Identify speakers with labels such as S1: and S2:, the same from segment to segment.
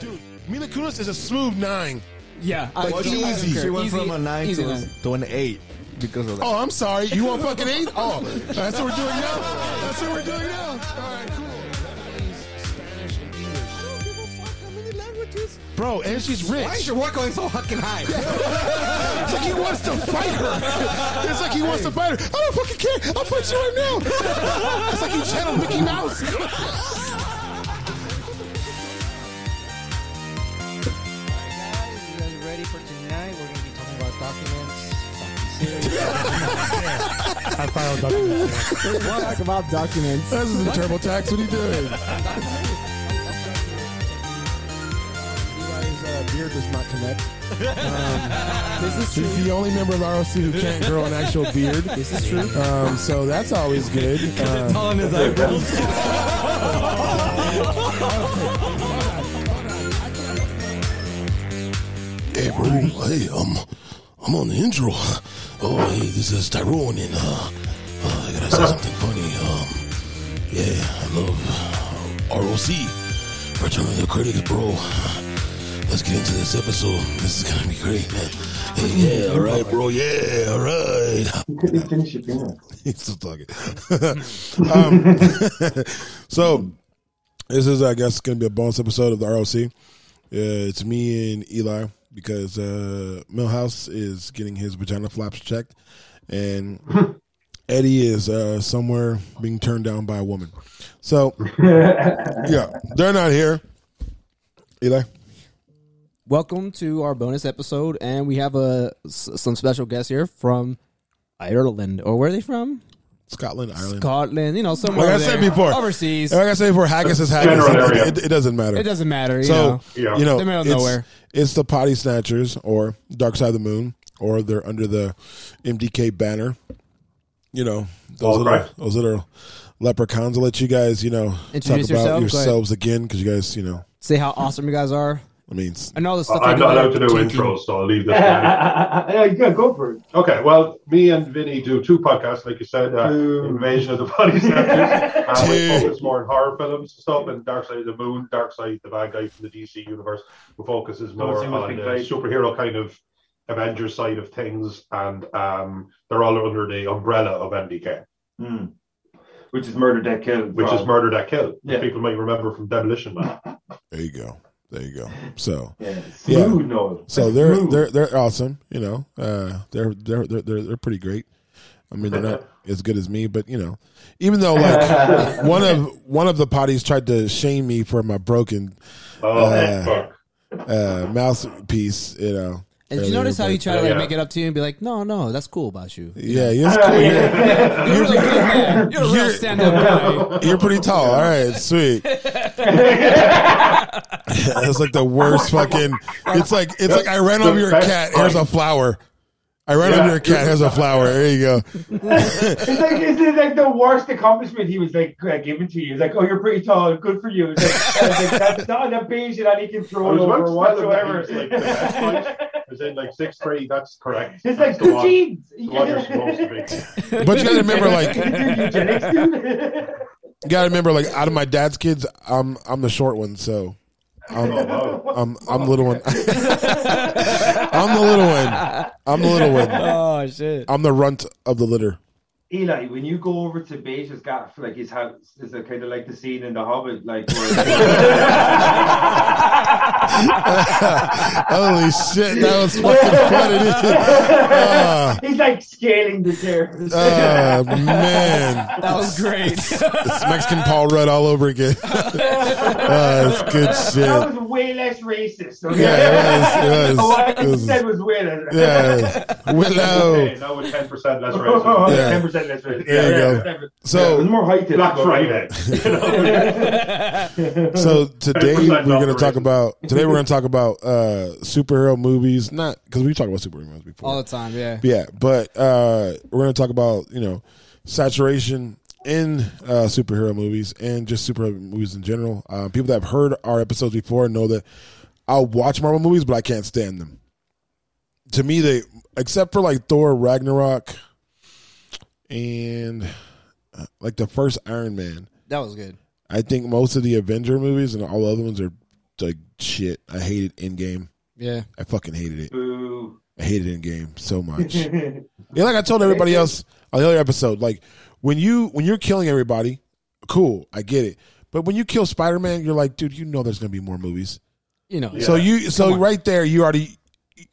S1: Dude, Mila Kunis is a smooth nine.
S2: Yeah,
S3: Like
S2: I-
S3: she,
S1: easy.
S3: she went
S2: Easy-
S3: from a nine
S2: easy
S3: to, a-
S2: nine.
S3: to an eight because of that.
S1: Oh, I'm sorry. You want fucking eight? Oh, that's what we're doing now. That's what we're doing now. All right, cool. Spanish and English. Bro, and she's rich.
S4: Oh,
S3: Why is your work going so fucking high?
S1: It's like he wants to fight her. It's like he wants to fight her. I don't fucking care. I'll fight you right now. It's like he channeled Mickey Mouse.
S5: guys, you guys ready for tonight? We're gonna be talking about documents. Fucking serious.
S6: I filed documents.
S2: talk about documents.
S1: This is a TurboTax. What are you doing? Levi's uh, beard does not connect.
S2: This is true.
S1: Um, He's the only member of ROC who can't grow an actual beard. This is true. Um, so that's always good. Um,
S3: on his eyebrows.
S1: Hey, bro. Hey, um, I'm on the intro. Oh, hey, this is Tyrone, and uh, uh I gotta say something funny. Um, yeah, I love uh, ROC, Return of the Critics, bro. Let's get into this episode. This is gonna be great, man. Hey, yeah, all right, bro. Yeah, all right.
S7: You could be finishing your
S1: He's still talking. um, so this is, I guess, going to be a bonus episode of the ROC. Uh, it's me and Eli because uh, Millhouse is getting his vagina flaps checked, and Eddie is uh, somewhere being turned down by a woman. So yeah, they're not here. Eli,
S2: Welcome to our bonus episode, and we have a s- some special guests here from Ireland, or where are they from?
S1: Scotland, Ireland.
S2: Scotland, you know, somewhere
S1: like I
S2: over
S1: said
S2: there.
S1: before,
S2: overseas.
S1: Like I said before, haggis is haggis.
S7: General
S1: It-
S7: area.
S1: It, it doesn't matter.
S2: It doesn't matter. You
S1: So
S2: know.
S7: Yeah.
S1: you know,
S2: They're middle of
S1: it's,
S2: nowhere.
S1: it's the potty snatchers or Dark Side of the Moon, or they're under the MDK banner. You know, those
S7: All
S1: little,
S7: right.
S1: those little leprechauns. I'll let you guys, you know,
S2: Introduce
S1: talk about
S2: yourself. Go ahead.
S1: yourselves again because you guys, you know,
S2: Say how awesome you guys are.
S1: I mean, it's-
S2: I know the stuff.
S6: I'm
S2: you
S6: not allowed
S2: do.
S6: to do intros, so I'll leave this. blank.
S7: yeah, yeah, go for it.
S6: Okay, well, me and Vinny do two podcasts, like you said, uh,
S7: Two.
S6: Invasion of the Body Snatchers. uh, we
S1: Two.
S6: focus more on horror films and stuff, and Dark Side of the Moon, Dark Side, the bad guy from the DC universe, who focuses
S7: Don't
S6: more
S7: seem like
S6: on the
S7: big guy.
S6: superhero kind of Avengers side of things, and um, they're all under the umbrella of MDK,
S7: Hmm. Which is murder that kill.
S6: which is
S7: murder.
S6: Murder That Kill, which
S7: Yeah.
S6: people might remember from Demolition Man.
S1: there you go, there you go. So,
S7: Yeah,
S1: Yeah.
S7: smooth Noel.
S1: so they're
S7: Smooth.
S1: they're they're awesome. You know, uh, they're they're they're they're, they're pretty great. I mean, they're not as good as me, but you know, even though like one of one of the potties tried to shame me for my broken
S6: Oh,
S1: Uh,
S6: fuck.
S1: uh, mouthpiece, you know.
S2: And did you
S1: earlier,
S2: notice how
S1: but-
S2: he tried to like
S6: Yeah.
S2: make it up to you and be like, "No, no, that's cool about you.
S1: Yeah, yeah, it's cool. You're,
S2: You're a really good man. You're a real
S1: You're-
S2: stand-up guy."
S1: you're pretty tall. All right, sweet. That's like the worst fucking. It's like it's like I ran over your cat. Here's a flower. I ran over your cat. Here's a flower. There you go.
S8: It's like it's it's like the worst accomplishment he was like uh, given to you. It's like, oh, you're pretty tall, good for you. It's like, it's like, that's not an equation that he can
S6: I
S8: throw
S6: was
S8: over
S6: about to tell him
S8: whatsoever.
S6: that he was, like, the best height. He was in like six three. That's correct.
S8: It's
S6: That's
S8: like
S6: the
S8: two
S6: one.
S8: jeans.
S6: The one you're supposed to be.
S1: But you gotta remember, like,
S8: Can you do eugenics, dude?
S1: you gotta remember, like, out of my dad's kids, I'm I'm the short one, so I'm
S6: Oh, wow.
S1: I'm I'm the little one. I'm the little one. I'm the little one.
S2: oh shit!
S1: I'm the runt of the litter.
S8: Eli, when you go over to Beja's Gap, like his house, is it kind of like the scene in The Hobbit? Like, where-
S1: Holy shit, that was fucking funny. Ah.
S8: he's like scaling the stairs.
S1: Oh man,
S2: That was great.
S1: it's Mexican Paul Rudd all over again. oh, it's good
S8: That
S1: shit.
S8: was way less racist. Okay?
S1: Yeah, it was. It was.
S8: What
S1: It
S8: I
S1: was-
S8: said was way less.
S1: yeah, Willow.
S6: Okay, now with ten percent less
S8: Oh,
S6: racism.
S1: Oh. Yeah.
S8: 10% less racist.
S1: There you go.
S8: yeah, 10%. Yeah,
S1: So,
S8: there's more height. to
S6: Black
S8: it.
S6: Friday. You know?
S1: so
S2: Mm-hmm.
S1: today we're
S6: 10%
S1: gonna talk
S6: operation.
S1: about today we're gonna talk about uh superhero movies. Not because we talked about superhero movies
S2: All
S1: before.
S2: the time, yeah.
S1: Yeah, but uh we're gonna talk about you know saturation in uh superhero movies and just superhero movies in general. Uh, people that have heard our episodes before know that I'll watch Marvel movies, but I can't stand them. to me they except for like Thor Ragnarok and uh, like the first Iron Man.
S2: That was good.
S1: I think most of the Avenger movies and all other ones are like shit. I hated Endgame.
S2: Yeah.
S1: I fucking hated it.
S7: Boo.
S1: I hated Endgame so much. yeah, like I told everybody else on the other episode, like when you when you're killing everybody, cool, I get it. But when you kill Spider Man, you're like, dude, you know there's gonna be more movies.
S2: You know.
S1: So
S6: Yeah.
S1: you so
S2: Come on.
S1: right there you already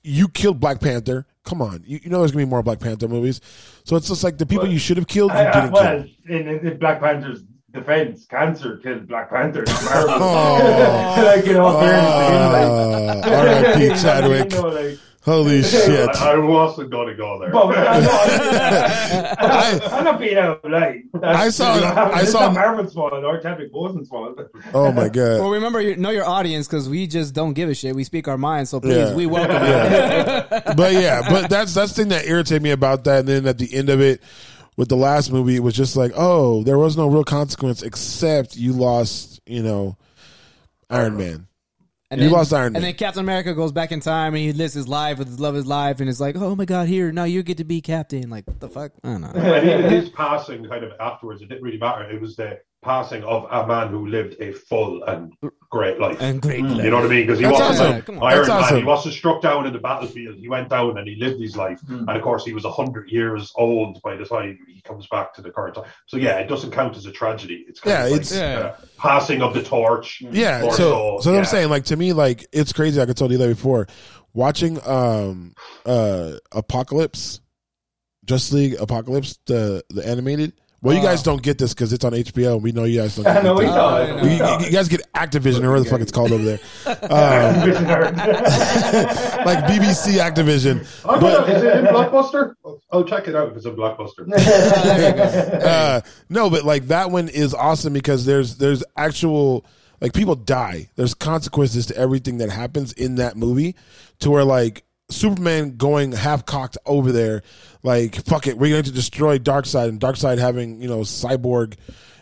S1: you killed Black Panther. Come on, you, you know there's gonna be more Black Panther movies. So it's just like the people
S7: Well,
S1: you should have killed, you
S7: I- I-
S1: didn't
S7: well,
S1: kill.
S7: in, in, in Black Panther's defense, cancer killed Black Panther. not Marvel.
S1: Oh.
S7: like, you know,
S1: Ah,
S7: fairness to him, like-
S1: R.I.P.
S7: You know,
S1: Chadwick.
S7: like-
S1: Holy shit!
S6: I, I wasn't going to go there.
S8: oh,
S7: Well, no, no, I-
S1: I-
S7: I'm not being out of line. That's-
S1: I saw- I
S7: it's
S1: saw-
S7: not Marvin's fault or Chadwick Boseman's fault.
S1: Oh my god!
S2: Well, remember, you know your audience because we just don't give a shit. We speak our minds, so please,
S1: Yeah.
S2: we welcome
S1: But yeah, but that's that's the thing that irritated me about that. And then at the end of it, with the last movie, it was just like, oh, there was no real consequence except you lost, you know, Iron Man.
S2: And
S1: You
S2: then,
S1: lost Iron Man.
S2: And then Captain America goes back in time and he lives his life with his love of his life and it's like, oh my god, here now you get to be captain. Like what the fuck? I don't know.
S6: But his, his passing kind of afterwards, it didn't really matter. It was the passing of a man who lived a full and great life. Mm.
S2: And great.
S6: you know what I mean? Because he
S1: That's
S6: wasn't
S1: awesome.
S6: like
S2: Come on.
S6: Iron
S1: That's
S6: Man.
S1: awesome.
S6: He wasn't struck down in the battlefield. He went down and he lived his life. And of course, he was hundred years old by the time he comes back to the current time. So yeah, it doesn't count as a tragedy. It's kind
S1: Yeah,
S6: of like,
S1: it's-
S6: uh, passing of the torch.
S1: Yeah,
S6: Or
S1: so so,
S6: so,
S1: what
S6: yeah.
S1: I'm saying like to me like it's crazy. Like I told you that before, watching um uh Apocalypse, Just League Apocalypse the the animated. Well, you
S2: Wow.
S1: guys don't get this because it's on HBO. and We know you guys don't.
S7: I
S1: Get
S7: know we
S1: it.
S7: saw
S2: Oh,
S7: it.
S1: you,
S7: We
S1: you-
S7: saw
S1: you guys get Activision or whatever the fuck it's called over there, um,
S7: it.
S1: like BBC Activision.
S6: I don't know, is it in Blockbuster? I'll Oh, check it out if it's in Blockbuster.
S1: Uh, no, but like that one is awesome because there's there's actual like people die. There's consequences to everything that happens in that movie, to where like Superman going half cocked over there, like fuck it, we're going to destroy Darkseid, and Darkseid having you know cyborg,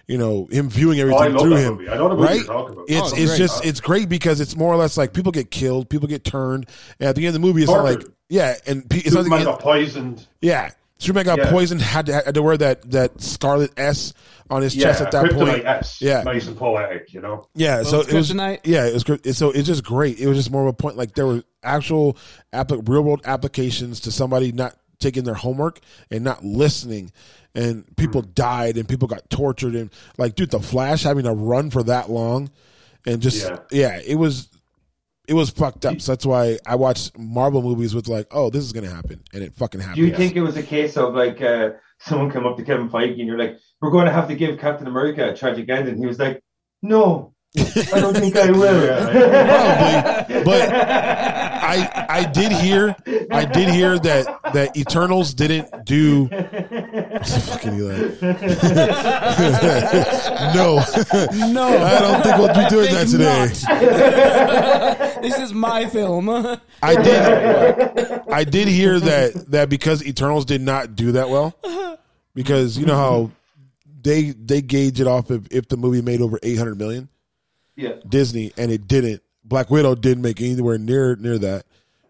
S1: you know him viewing
S6: Oh, I
S1: everything
S6: love
S1: through
S6: that
S1: him.
S6: movie. I know the movie
S1: right?
S6: you're talking about.
S1: It's
S2: Oh,
S1: it's
S2: great.
S1: just it's great because it's more or less like people get killed, people get turned, and at the end of the movie, it's not
S6: Tortured.
S1: like yeah, and pe- it's not
S6: Superman
S1: like,
S6: got poisoned.
S1: yeah. Superman got
S6: Yeah.
S1: poisoned, had to, had to wear that, that scarlet S on his
S6: Yeah,
S1: chest at that
S6: Kryptonite
S1: point.
S6: S,
S1: Yeah.
S6: nice and poetic, you know.
S1: Yeah, so
S2: it's
S1: it was
S2: kryptonite.
S1: yeah, it was cr- so it's just great. It was just more of a point like there were actual applic real world applications to somebody not taking their homework and not listening, and people died and people got tortured and like dude, the Flash having to run for that long, and just yeah,
S6: Yeah.
S1: it was it was fucked up. So that's why I watch Marvel movies with like, oh, this is gonna happen, and it fucking happened.
S7: Do you think it was a case of like uh, someone came up to Kevin Feige and you're like, we're going to have to give Captain America a tragic end? And he was like, no, I don't think I will.
S1: Probably, but I I did hear I did hear that that Eternals didn't do fucking Eli. no,
S2: No,
S1: I don't think we'll be doing that today.
S2: this is my film.
S1: I did I did hear that that because Eternals did not do that well because you know how they they gauge it off of if the movie made over eight hundred million
S7: yeah.
S1: Disney and it didn't. Black Widow didn't make anywhere near near that.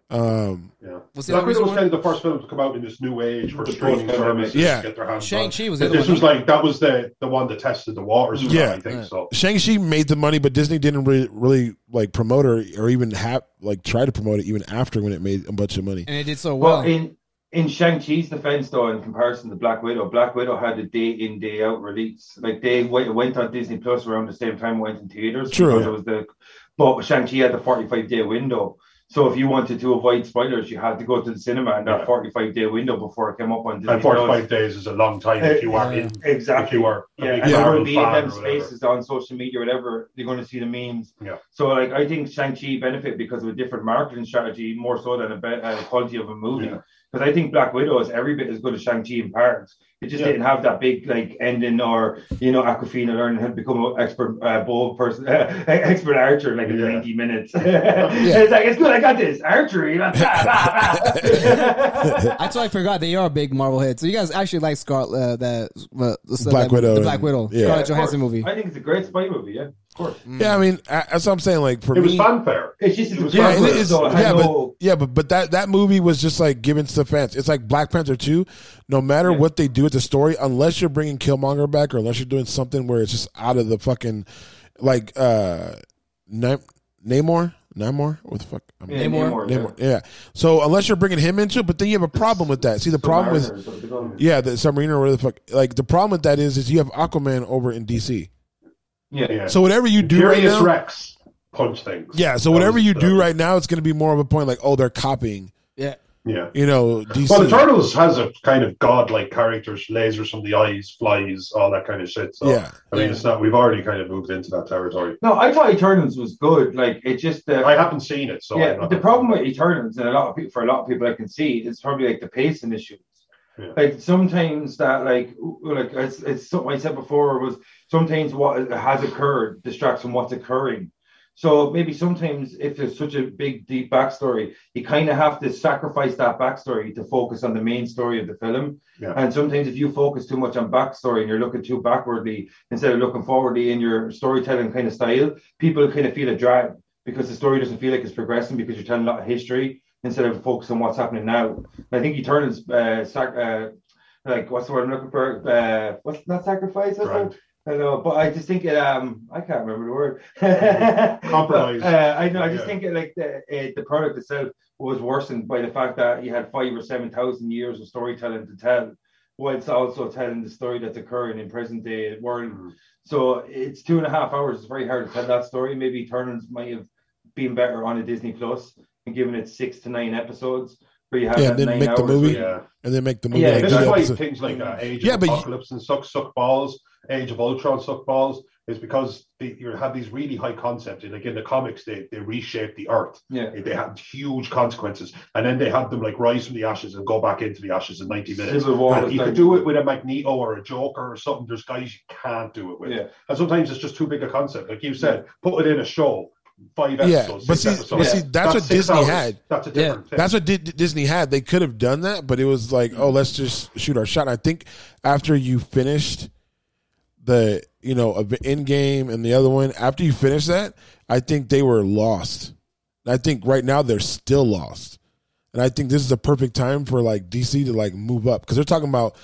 S1: Um,
S6: Yeah.
S2: What's the
S6: Black
S2: other
S6: Widow was
S2: reason
S6: kind of the first film to come out in this new age for streaming
S7: post-pandemic.
S6: services
S1: Yeah.
S6: to get their hands on.
S2: Shang-Chi was the
S6: But
S2: other
S6: this
S2: one.
S6: was like that was the the one that tested the waters. For
S1: Yeah.
S6: yeah, I think so.
S1: Shang Chi made the money, but Disney didn't really, really like promote her or even have like try to promote it even after when it made a bunch of money.
S2: and it did so well.
S7: Well, in in Shang Chi's defense, though, in comparison to Black Widow, Black Widow had a day in day out release. Like they went, went on Disney Plus around the same time it went in theaters.
S1: True.
S7: because it was the, but Shang Chi had the forty five day window. So if you wanted to avoid spoilers, you had to go to the cinema in that
S6: Yeah.
S7: forty five day window before it came up on Disney
S6: And forty
S7: Plus.
S6: five days is a long time if you are in. If
S7: Exactly.
S6: you are, a
S7: Yeah,
S6: big
S7: and
S1: Yeah.
S7: yeah,
S6: Marvel
S7: will be in
S6: fan
S7: them
S6: or whatever.
S7: spaces on social media, whatever. You're going to see the memes.
S6: Yeah.
S7: So, like, I think Shang Chi benefit because of a different marketing strategy, more so than a be- uh, quality of a movie.
S6: Yeah.
S7: Because I think Black Widow is every bit as good as Shang Chi in parts. It just
S6: Yeah.
S7: didn't have that big like ending, or you know, Aquafina learning how to become an expert uh, bow person, uh, expert archer, like in
S6: Yeah.
S7: 90 minutes. it's like it's good. I got this archery. Blah, blah, blah, blah.
S2: That's why I forgot they are big Marvel heads. So you guys actually like Scarlet, uh, that uh, the-
S1: Black
S2: that-
S1: Widow
S2: the Black
S1: and-
S2: Widow,
S1: yeah.
S2: Scarlett
S7: Yeah, of
S2: Johansson
S7: course.
S2: movie.
S7: I think it's a great spy movie. Yeah. course.
S1: Yeah, I mean, I, that's what I'm saying. Like for
S6: It
S1: me,
S6: was fanfare.
S7: It's just it was
S1: Yeah,
S7: yeah,
S1: it is.
S7: so I
S1: yeah,
S7: had
S1: but,
S7: no-
S1: yeah, but but that that movie was just like giving stuff fans. It's like Black Panther two. No matter what they do with the story, unless you're bringing Killmonger back or unless you're doing something where it's just out of the fucking like uh Na- Namor, Namor, what the fuck? I'm-
S7: yeah,
S2: Namor-
S7: yeah.
S1: Namor, yeah. So unless you're bringing him into, it, but then you have a problem with that. See, the problem with
S7: Mariners, what they call them.
S1: yeah, the submariner or whatever the fuck. Like the problem with that is, is you have Aquaman over in DC.
S7: yeah,
S6: Yeah.
S1: So whatever you do right
S6: Furious
S1: now,
S6: Rex punch things.
S1: yeah. So whatever you do right now, it's going to be more of a point like, oh, they're copying.
S2: Yeah.
S6: Yeah.
S1: You know, DC.
S6: Well, the Turtles has a kind of godlike characters, lasers from the eyes, flies, all that kind of shit. So,
S1: Yeah.
S6: I mean, it's not, we've already kind of moved into that territory.
S7: No, I thought Eternals was good. Like it just uh,
S6: I haven't seen it, so
S7: yeah.
S6: I'm not-
S7: The problem with Eternals, and a lot of people, for a lot of people, I can see it's probably like the pacing issues.
S6: Yeah.
S7: Like sometimes that, like, ooh, like it's, it's something I said before was sometimes what has occurred distracts from what's occurring. So maybe sometimes if there's such a big deep backstory, you kind of have to sacrifice that backstory to focus on the main story of the film.
S6: Yeah.
S7: And sometimes if you focus too much on backstory and you're looking too backwardly instead of looking forwardly in your storytelling kind of style, people kind of feel a drag because the story doesn't feel like it's progressing because you're telling a lot of history instead of focusing on what's happening now. And I think Eternals, uh, sac- uh, like what's the word I'm looking for? Uh, what's not sacrifice? What's
S6: Right.
S7: that? I don't know, but I just think it. Um, I can't remember the word.
S6: Compromise.
S7: But, uh, I know. I just
S6: Yeah.
S7: think it, like the uh, the product itself was worsened by the fact that you had five or seven thousand years of storytelling to tell, whilst also telling the story that's occurring in present day world.
S6: Mhm.
S7: So it's two and a half hours. It's very hard to tell that story. Maybe Eternals might have been better on a Disney Plus and given it six to nine episodes. Where you have
S1: Yeah,
S7: that
S1: then
S7: nine
S1: make the
S7: hours
S1: movie.
S7: where you-
S6: Yeah.
S1: and then make the movie.
S7: Yeah,
S1: like,
S6: This
S1: do
S6: is
S1: the
S6: why
S1: episode.
S6: things like uh, Age
S1: Yeah,
S6: of
S1: but you-
S6: Apocalypse and Suck Suck Balls, Age of Ultron Suck Balls, is because they you have these really high concepts. And like in the comics, they, they reshape the earth.
S7: yeah.
S6: They had huge consequences. And then they had them like rise from the ashes and go back into the ashes in 90 minutes.
S7: Civil War
S6: And
S7: was
S6: you
S7: like-
S6: could do it with a Magneto or a Joker or something. There's guys you can't do it with.
S7: Yeah.
S6: And sometimes it's just too big a concept. Like you said, put it in a show, five
S1: Yeah,
S6: episodes.
S1: but
S6: six
S1: see-
S6: episodes.
S1: but see, that's what
S6: six
S1: Disney had.
S6: That's a
S2: Yeah.
S6: different thing.
S1: That's what Di- Disney had. They could have done that, but it was like, oh, let's just shoot our shot. And I think after you finished the, you know, end game and the other one, after you finish that, I think they were lost. And I think right now they're still lost. And I think this is the perfect time for like DC to like move up because they're talking about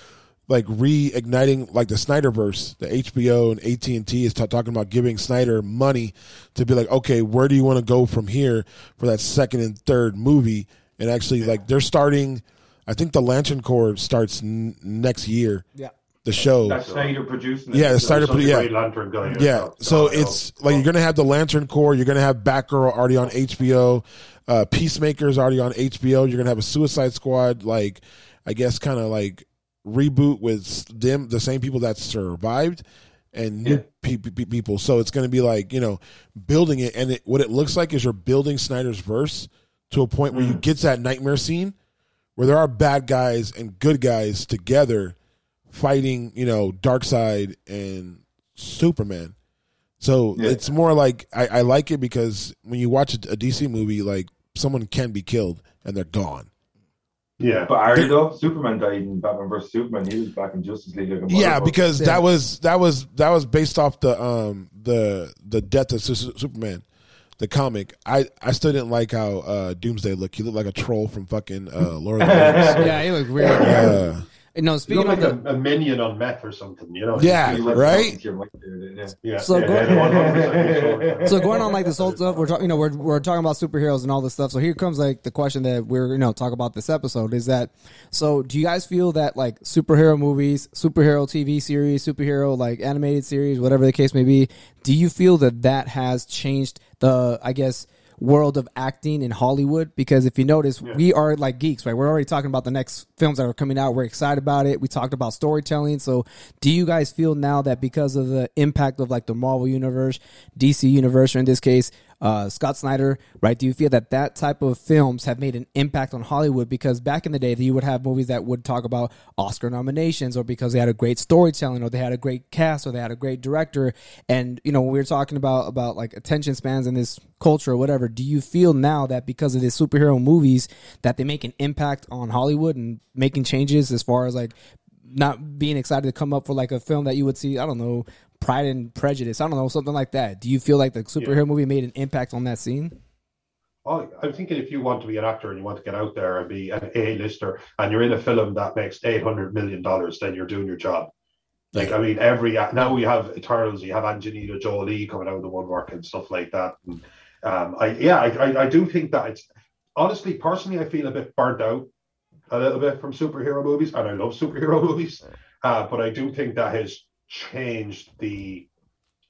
S1: like reigniting like the Snyderverse. The HBO and AT and T is ta- talking about giving Snyder money to be like, okay, where do you want to go from here for that second and third movie? And actually, like they're starting. I think the Lantern Corps starts n- next year.
S2: Yeah.
S1: the show.
S7: That's Snyder producing. it.
S1: yeah, the
S7: So-
S1: Snyder.
S6: Such a
S1: yeah,
S6: great lantern guy.
S1: yeah. So
S6: God, I
S1: it's like you're gonna have the Lantern Corps. You're gonna have Batgirl already on HBO. Uh, Peacemaker's already on HBO. You're gonna have a Suicide Squad. Like, I guess kind of like reboot with them, the same people that survived and new
S7: Yeah.
S1: pe- pe- pe- people. So it's gonna be like you know building it. And it, what it looks like is you're building Snyder's verse to a point where you get that nightmare scene where there are bad guys and good guys together fighting, you know, Darkseid and Superman. So
S7: Yeah.
S1: it's more like I, I like it because when you watch a, a DC movie, like someone can be killed and they're gone.
S6: Yeah.
S7: But Iron though, Superman died in Batman vs Superman. He was back in Justice League. Like a
S1: Yeah,
S7: motherfucker.
S1: because
S2: Yeah.
S1: that was that was that was based off the um the the death of Su- Su- Superman, the comic. I I still didn't like how uh, Doomsday looked. He looked like a troll from fucking uh, Lord of the Rings.
S2: Yeah, it looked weird.
S1: Uh,
S2: No,
S6: You
S2: speaking
S6: look
S2: of
S6: like
S2: the,
S6: a, a minion on meth or something, you know?
S1: Yeah,
S7: He went
S1: right?
S7: to your mic there, yeah.
S6: Yeah.
S2: So
S6: yeah,
S2: go-
S6: yeah, 100% sure.
S2: so going on like this whole stuff we're talking you know we're, we're talking about superheroes and all this stuff so here comes like the question that we're you know talk about this episode is that so do you guys feel that like superhero movies superhero tv series superhero like animated series whatever the case may be do you feel that that has changed the i guess world of acting in hollywood because if you notice we are like geeks right we're already talking about the next films that are coming out we're excited about it we talked about storytelling so do you guys feel now that because of the impact of like the marvel universe dc universe or in this case uh, scott snyder right do you feel that that type of films have made an impact on hollywood because back in the day you would have movies that would talk about oscar nominations or because they had a great storytelling or they had a great cast or they had a great director and you know when we were talking about about like attention spans in this culture or whatever do you feel now that because of the superhero movies that they make an impact on hollywood and making changes as far as like not being excited to come up for like a film that you would see i don't know Pride and Prejudice. I don't know, something like that. Do you feel like the superhero movie made an impact on that scene?
S6: Oh, I'm thinking if you want to be an actor and you want to get out there and be an A-lister and you're in a film that makes $800 million, then you're doing your job. Like, I mean, every now we have Eternals, you have Angelina Jolie coming out of the woodwork and stuff like that. And, um, I yeah, I, I, I do think that it's honestly, personally, I feel a bit burnt out a little bit from superhero movies, and I love superhero movies, uh, but I do think that has changed the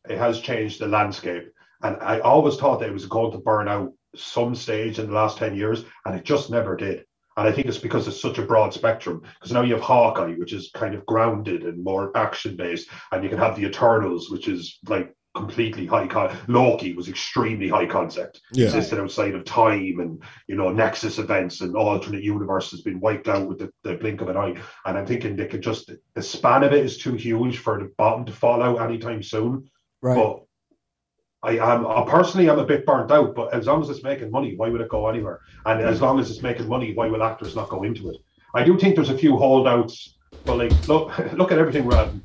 S6: it has changed the landscape. And I always thought that it was going to burn out some stage in the last 10 years, and it just never did. And I think it's because it's such a broad spectrum. Because now you have Hawkeye, which is kind of grounded and more action based, and you can have the Eternals, which is like completely high con- Loki was extremely high concept.
S1: Yeah.
S6: Existed outside of time and you know, Nexus events and alternate universe has been wiped out with the, the blink of an eye. And I'm thinking they could just the span of it is too huge for the bottom to fall out anytime soon.
S2: Right.
S6: But I am I personally I'm a bit burnt out, but as long as it's making money, why would it go anywhere? And as long as it's making money, why will actors not go into it? I do think there's a few holdouts, but like look look at everything Rob,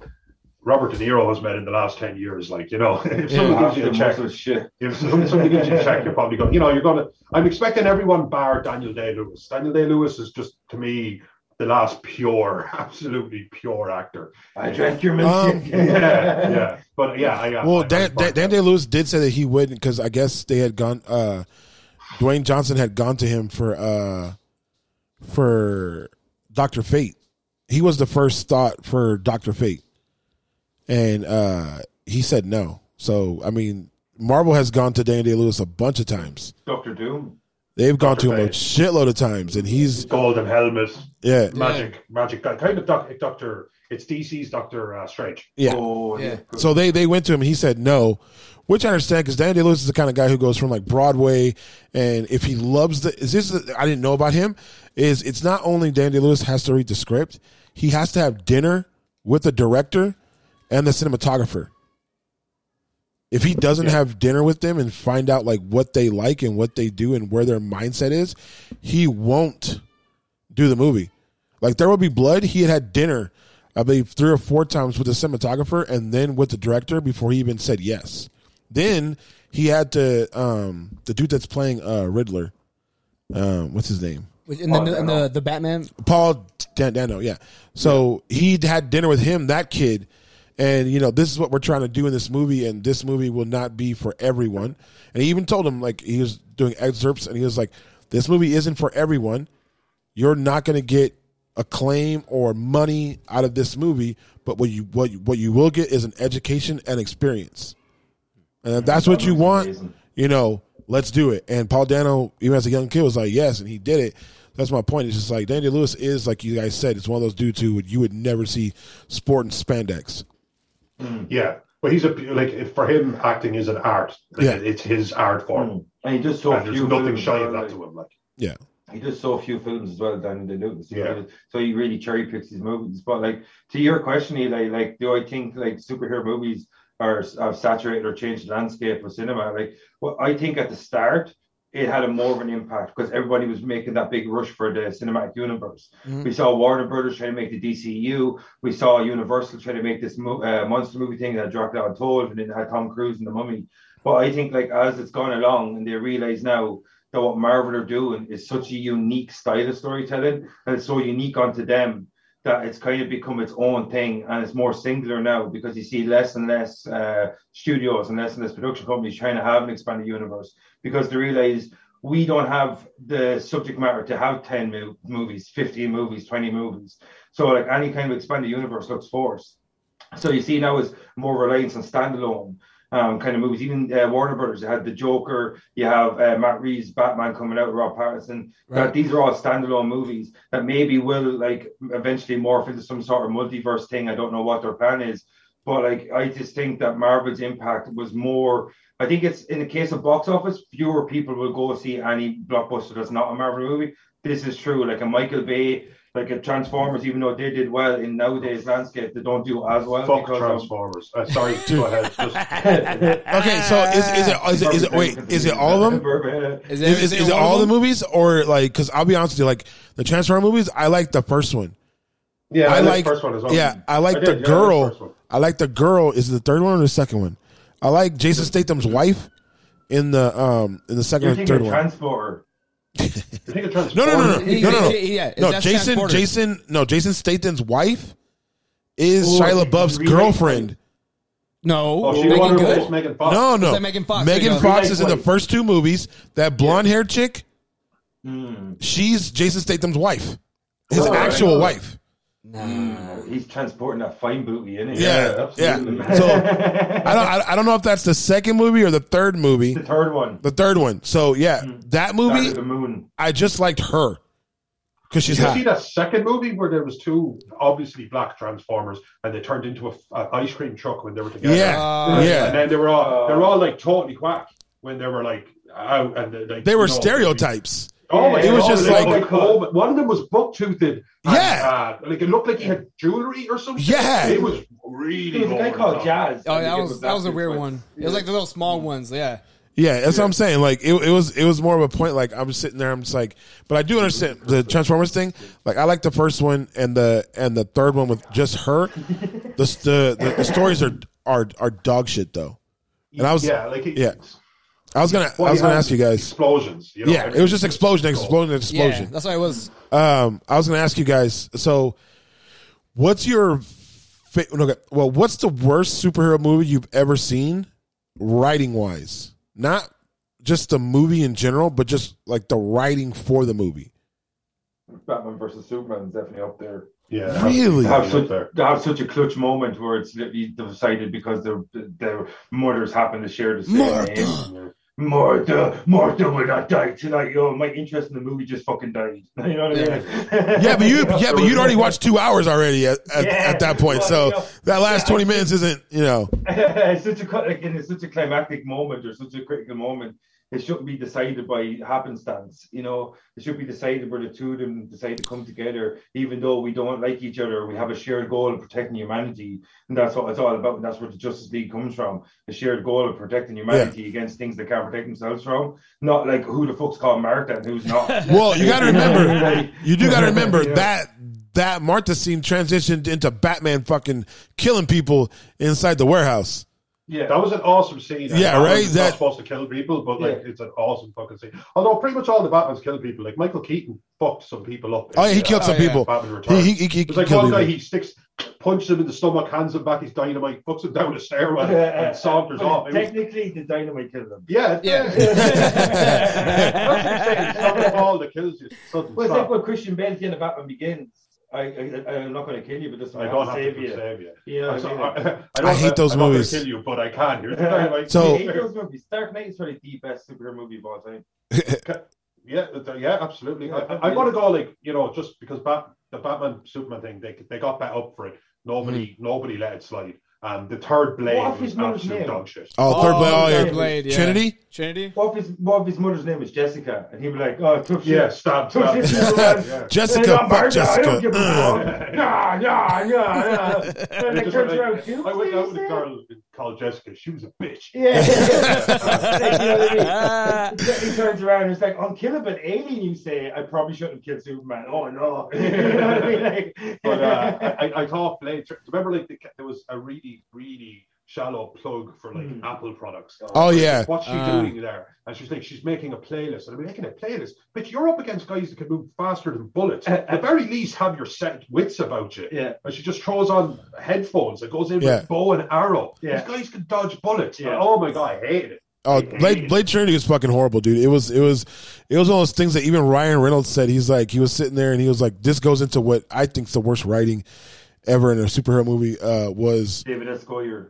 S6: Robert De Niro has made in the last ten years. Like you know, if someone gives you a check,
S7: muscle shit.
S6: if some- somebody gives you a check, you're probably going. You know, you're gonna. I'm expecting everyone bar Daniel Day Lewis. Daniel Day Lewis is just to me the last pure, absolutely pure actor.
S7: I drank your milk.
S1: Um,
S6: Yeah, yeah. But yeah, I, I,
S1: Well,
S6: I-
S1: Dan, Dan, Dan Day Lewis did say that he wouldn't because I guess they had gone. Uh, Dwayne Johnson had gone to him for uh, for Doctor Fate. He was the first thought for Doctor Fate, and uh, he said no. So I mean, Marvel has gone to Dan Day Lewis a bunch of times.
S7: Doctor Doom.
S1: They've gone to him a
S6: Fate.
S1: shitload of times, and he's
S6: Golden Helmet,
S1: yeah,
S6: magic, magic guy, kind of doc, Doctor. It's DC's Doctor uh, Strange.
S1: yeah.
S7: Oh, yeah.
S1: So they they went to him. and He said no, which I understand because Danny Day Lewis is the kind of guy who goes from like Broadway, and if he loves the is this the, I didn't know about him is it's not only Danny Day Lewis has to read the script, he has to have dinner with the director and the cinematographer. If he doesn't have dinner with them and find out like what they like and what they do and where their mindset is, he won't do the movie. Like there will be blood. He had had dinner, I believe, three or four times with the cinematographer and then with the director before he even said yes. Then he had to um the dude that's playing uh Riddler, um what's his name?
S2: Which- In the, in the the Batman,
S1: Paul Dan- Dano, yeah. So he had dinner with him, that kid, and you know this is what we're trying to do in this movie, and this movie will not be for everyone. And he even told him like he was doing excerpts, and he was like, "This movie isn't for everyone. You're not going to get acclaim or money out of this movie, but what you what you, what you will get is an education and experience, and if that's what you want."
S7: Amazing.
S1: you know, let's do it. And Paul Dano, even as a young kid, was like, yes, and he did it. That's my point. It's just like Daniel Lewis is, like you guys said, it's one of those dudes who would, you would never see sporting spandex.
S6: Yeah, but he's a like for him acting is an art. Like,
S1: Yeah.
S6: it's his art form,
S7: And he does Hmm. so
S6: and there's
S7: few
S6: nothing
S7: films
S6: shy
S7: are
S6: of that
S7: like-
S6: to him. Like
S1: Yeah.
S7: he does so few films as well, Daniel Day Lewis.
S6: Yeah.
S7: Yeah. So he really cherry picks his movies. But like to your question, Eli, like do I think like superhero movies are have saturated or changed the landscape of cinema? Like, well, I think at the start it had a more of an impact because everybody was making that big rush for the cinematic universe.
S2: Mhm.
S7: We saw Warner Brothers trying to make the DCU. We saw Universal trying to make this mo- uh, monster movie thing that Dracula Untold, and then had Tom Cruise and the Mummy. But I think like as it's gone along, and they realize now that what Marvel are doing is such a unique style of storytelling, and it's so unique onto them that it's kind of become its own thing, and it's more singular now because you see less and less uh, studios and less and less production companies trying to have an expanded universe because they realize we don't have the subject matter to have 10 mo- movies, 15 movies, 20 movies. So like any kind of expanded universe looks forced. So you see now is more reliance on standalone um, kind of movies. Even uh, Warner Brothers had The Joker, you have uh, Matt Reeves' Batman coming out, Rob Pattinson.
S2: Right.
S7: That these are all standalone movies that maybe will like eventually morph into some sort of multiverse thing. I don't know what their plan is, but like I just think that Marvel's impact was more. I think it's in the case of box office, fewer people will go see any blockbuster that's not a Marvel movie. This is true. Like a Michael Bay, like a Transformers, even though they did well in nowadays landscape, they don't do as well
S6: fuck
S7: because of
S6: Transformers. Uh, sorry, go ahead. Just,
S1: Okay, so is, is it is it, is it wait is it all of them?
S2: is,
S1: Is, is, is it all the movies or like? Because I'll be honest with you, like the Transformer movies, I like the first one.
S6: yeah,
S1: I
S6: I,
S1: like-
S6: like the first one as well.
S1: Yeah, I like
S6: did,
S1: the
S6: yeah, I
S1: girl.
S6: first one.
S1: I like the girl. Is it the third one or the second one? I like Jason Statham's wife in the um in the second
S7: You're
S1: or
S7: thinking
S1: third
S7: of
S1: one.
S7: Transporter.
S6: You think of
S1: No,
S6: Transformers?
S1: no, no, no,
S2: He-
S1: no, no, no.
S2: he- yeah,
S1: no
S2: that's
S1: Jason,
S2: transporter.
S1: Jason, no, Jason Statham's wife is
S7: Ooh,
S1: Shia
S7: you
S1: LaBeouf's
S7: really-
S1: girlfriend.
S2: No,
S6: Oh, she
S2: Megan
S6: wanted to
S2: Good.
S6: replace Megan
S7: Oh,
S6: Fox.
S1: No, no,
S2: that Megan Fox? There
S1: Megan
S2: you go.
S1: Fox is in the
S7: Wait.
S1: first two movies. That blonde haired chick,
S7: Hmm.
S1: she's Jason Statham's wife, his
S7: Right.
S1: actual wife.
S7: Mm, He's transporting that fine booty, isn't he?
S1: Yeah, yeah.
S7: absolutely.
S1: So I don't, I, I don't know if that's the second movie or the third movie,
S7: the third one,
S1: the third one. So yeah, that
S7: Dark
S1: movie,
S7: of the Moon.
S1: I just liked her because she's
S6: Did you see
S1: hot.
S6: that second movie where there was two obviously black Transformers and they turned into a, a ice cream truck when they were together?
S1: Yeah,
S6: And
S1: yeah.
S6: then they were
S7: Uh,
S6: all they were all like totally whack when they were like out and they, like
S1: They were
S6: no,
S1: stereotypes.
S6: Oh my
S1: It was
S6: God,
S1: just
S6: they were
S1: like-
S6: oh, but one of them was buck-toothed. And,
S1: Yeah.
S6: uh, like it looked like he had jewelry or something.
S1: Yeah.
S6: it was
S7: There
S6: really.
S7: was a guy
S6: over the
S7: called
S6: top.
S7: Jazz.
S2: Oh,
S7: I
S2: that
S7: think it
S2: was that was a
S7: his
S2: weird
S7: wife.
S2: one. It was like the little
S1: Mm.
S2: small ones. Yeah.
S1: Yeah, that's what I'm saying. Like it, it was it was more of a point. Like I'm sitting there, I'm just like, but I do understand the Transformers thing. Like I like the first one and the and the third one with just her. The s- the the, the stories are are are dog shit though. And I was
S6: yeah, like it,
S1: yeah. I was gonna
S6: well,
S1: I was
S6: it
S1: gonna
S6: had
S1: ask you guys.
S6: explosions. You know,
S1: Yeah, it was just explosion, explosion, explosion.
S2: Yeah, that's why it was.
S1: Um, I was going to ask you guys. So, what's your fa- okay, well? What's the worst superhero movie you've ever seen, writing wise? Not just the movie in general, but just like the writing for the movie.
S7: Batman versus Superman is definitely up there.
S6: yeah,
S1: Really?
S7: To
S6: Have
S7: have
S6: some-
S7: such to have such a clutch moment where it's literally decided because their their mothers happen to share the same name. Martha, Martha will not die tonight. Yo, my interest in the movie just fucking died. You know what I mean?
S1: Yeah, but you yeah, but you'd already watched two hours already at, at, at that point. So that last twenty minutes isn't you know.
S7: it's such a cut- again, it's such a climactic moment or such a critical moment. It shouldn't be decided by happenstance, you know. It should be decided where the two of them decide to come together, even though we don't like each other. We have a shared goal of protecting humanity, and that's what it's all about. And that's where the Justice League comes from: a shared goal of protecting humanity against things they can't protect themselves from. Not like who the fuck's called Martha and who's not.
S1: Well, you got to remember.
S7: Like,
S1: You do got to remember that that Martha scene transitioned into Batman fucking killing people inside the warehouse.
S7: yeah,
S6: That was an awesome scene.
S1: Yeah,
S6: Batman's
S1: right, that-
S6: not supposed to kill people, but like
S7: Yeah.
S6: it's an awesome fucking scene. Although pretty much all the Batman's kill people. Like Michael Keaton fucked some people up.
S1: Oh yeah, he
S6: Uh,
S1: killed some
S2: Oh, yeah.
S1: people.
S6: Batman Returns.
S1: He he he, he
S6: There's like
S1: killed
S6: one guy
S1: people.
S6: he sticks, punches him in the stomach, hands him back his dynamite, fucks him down the stairwell,
S7: Yeah.
S6: and saunters off. It was-
S7: technically, the dynamite killed them.
S6: yeah,
S2: Yeah.
S6: That's what I'm saying. Some of all that kills you. Sudden
S7: Well, it's
S6: stop.
S7: like when Christian Bale's in the Batman Begins. I, I, I'm not going to kill you, but this
S6: I
S7: I
S6: don't
S7: to
S6: have
S7: save
S6: to
S7: you.
S6: save you.
S7: You know
S6: I'm
S7: what I
S6: so-
S7: mean?
S6: I, I
S1: I
S6: don't-
S1: hate those
S6: I'm not gonna
S1: movies.
S6: Kill you, but I can. Here's the
S7: Yeah.
S6: dynamite.
S1: So-
S7: I hate those movies. Dark Knight is probably the best superhero movie of all time.
S6: Yeah, th- yeah, absolutely.
S7: Yeah,
S6: I, I, I
S7: definitely.
S6: want to go like you know just because Bat, the Batman Superman thing they they got that up for it. Nobody
S1: Mm.
S6: nobody let it slide. Um, the third blade
S7: What if
S6: was
S7: his mother's
S6: absolute
S7: name?
S6: dog shit.
S1: Oh, third blade. Oh, yeah.
S2: Third Blade, yeah.
S1: Trinity.
S2: Trinity.
S7: What if, his, what if his mother's name was Jessica? And he'd be like, oh, tough
S6: Yeah,
S7: shit.
S6: stab,
S7: Tough
S6: stab.
S7: shit, Superman.
S6: yeah.
S7: Hey,
S1: Jessica.
S7: I'm
S1: Fuck
S7: Martha, I don't give
S1: Jessica.
S7: a fuck. Nah, nah, nah, nah. And it
S6: Just
S7: turns
S6: like-
S7: around, "You
S6: I went out
S7: please,
S6: with a
S7: sir?"
S6: girl called Jessica. She was a bitch.
S7: Yeah. Like, you know what I mean? He turns around and it's like, I'm killing an alien, you say. I probably shouldn't have killed Superman. Oh, no. you know what I mean? Like,
S6: But uh, I, I- I thought Blade. Tr- Remember, like the, there was a really, really shallow plug for like
S7: Hmm.
S6: Apple products.
S1: Oh, yeah.
S6: What's she
S2: Ah.
S6: doing there? And she's like, she's making a playlist. And I'm making a playlist. But you're up against guys that can move faster than bullets. At the very least, have your set wits about you.
S7: yeah.
S6: And she just throws on headphones and goes in
S1: Yeah.
S6: with bow and arrow.
S7: Yeah.
S6: These guys can dodge bullets.
S7: Yeah.
S6: Oh my god, I hate it.
S1: Oh, Blade, Blade Trinity was fucking horrible, dude. It was, it was, it was one of those things that even Ryan Reynolds said. He's like, he was sitting there and he was like, this goes into what I think's the worst writing ever in a superhero movie. Uh, was
S7: David S. Goyer.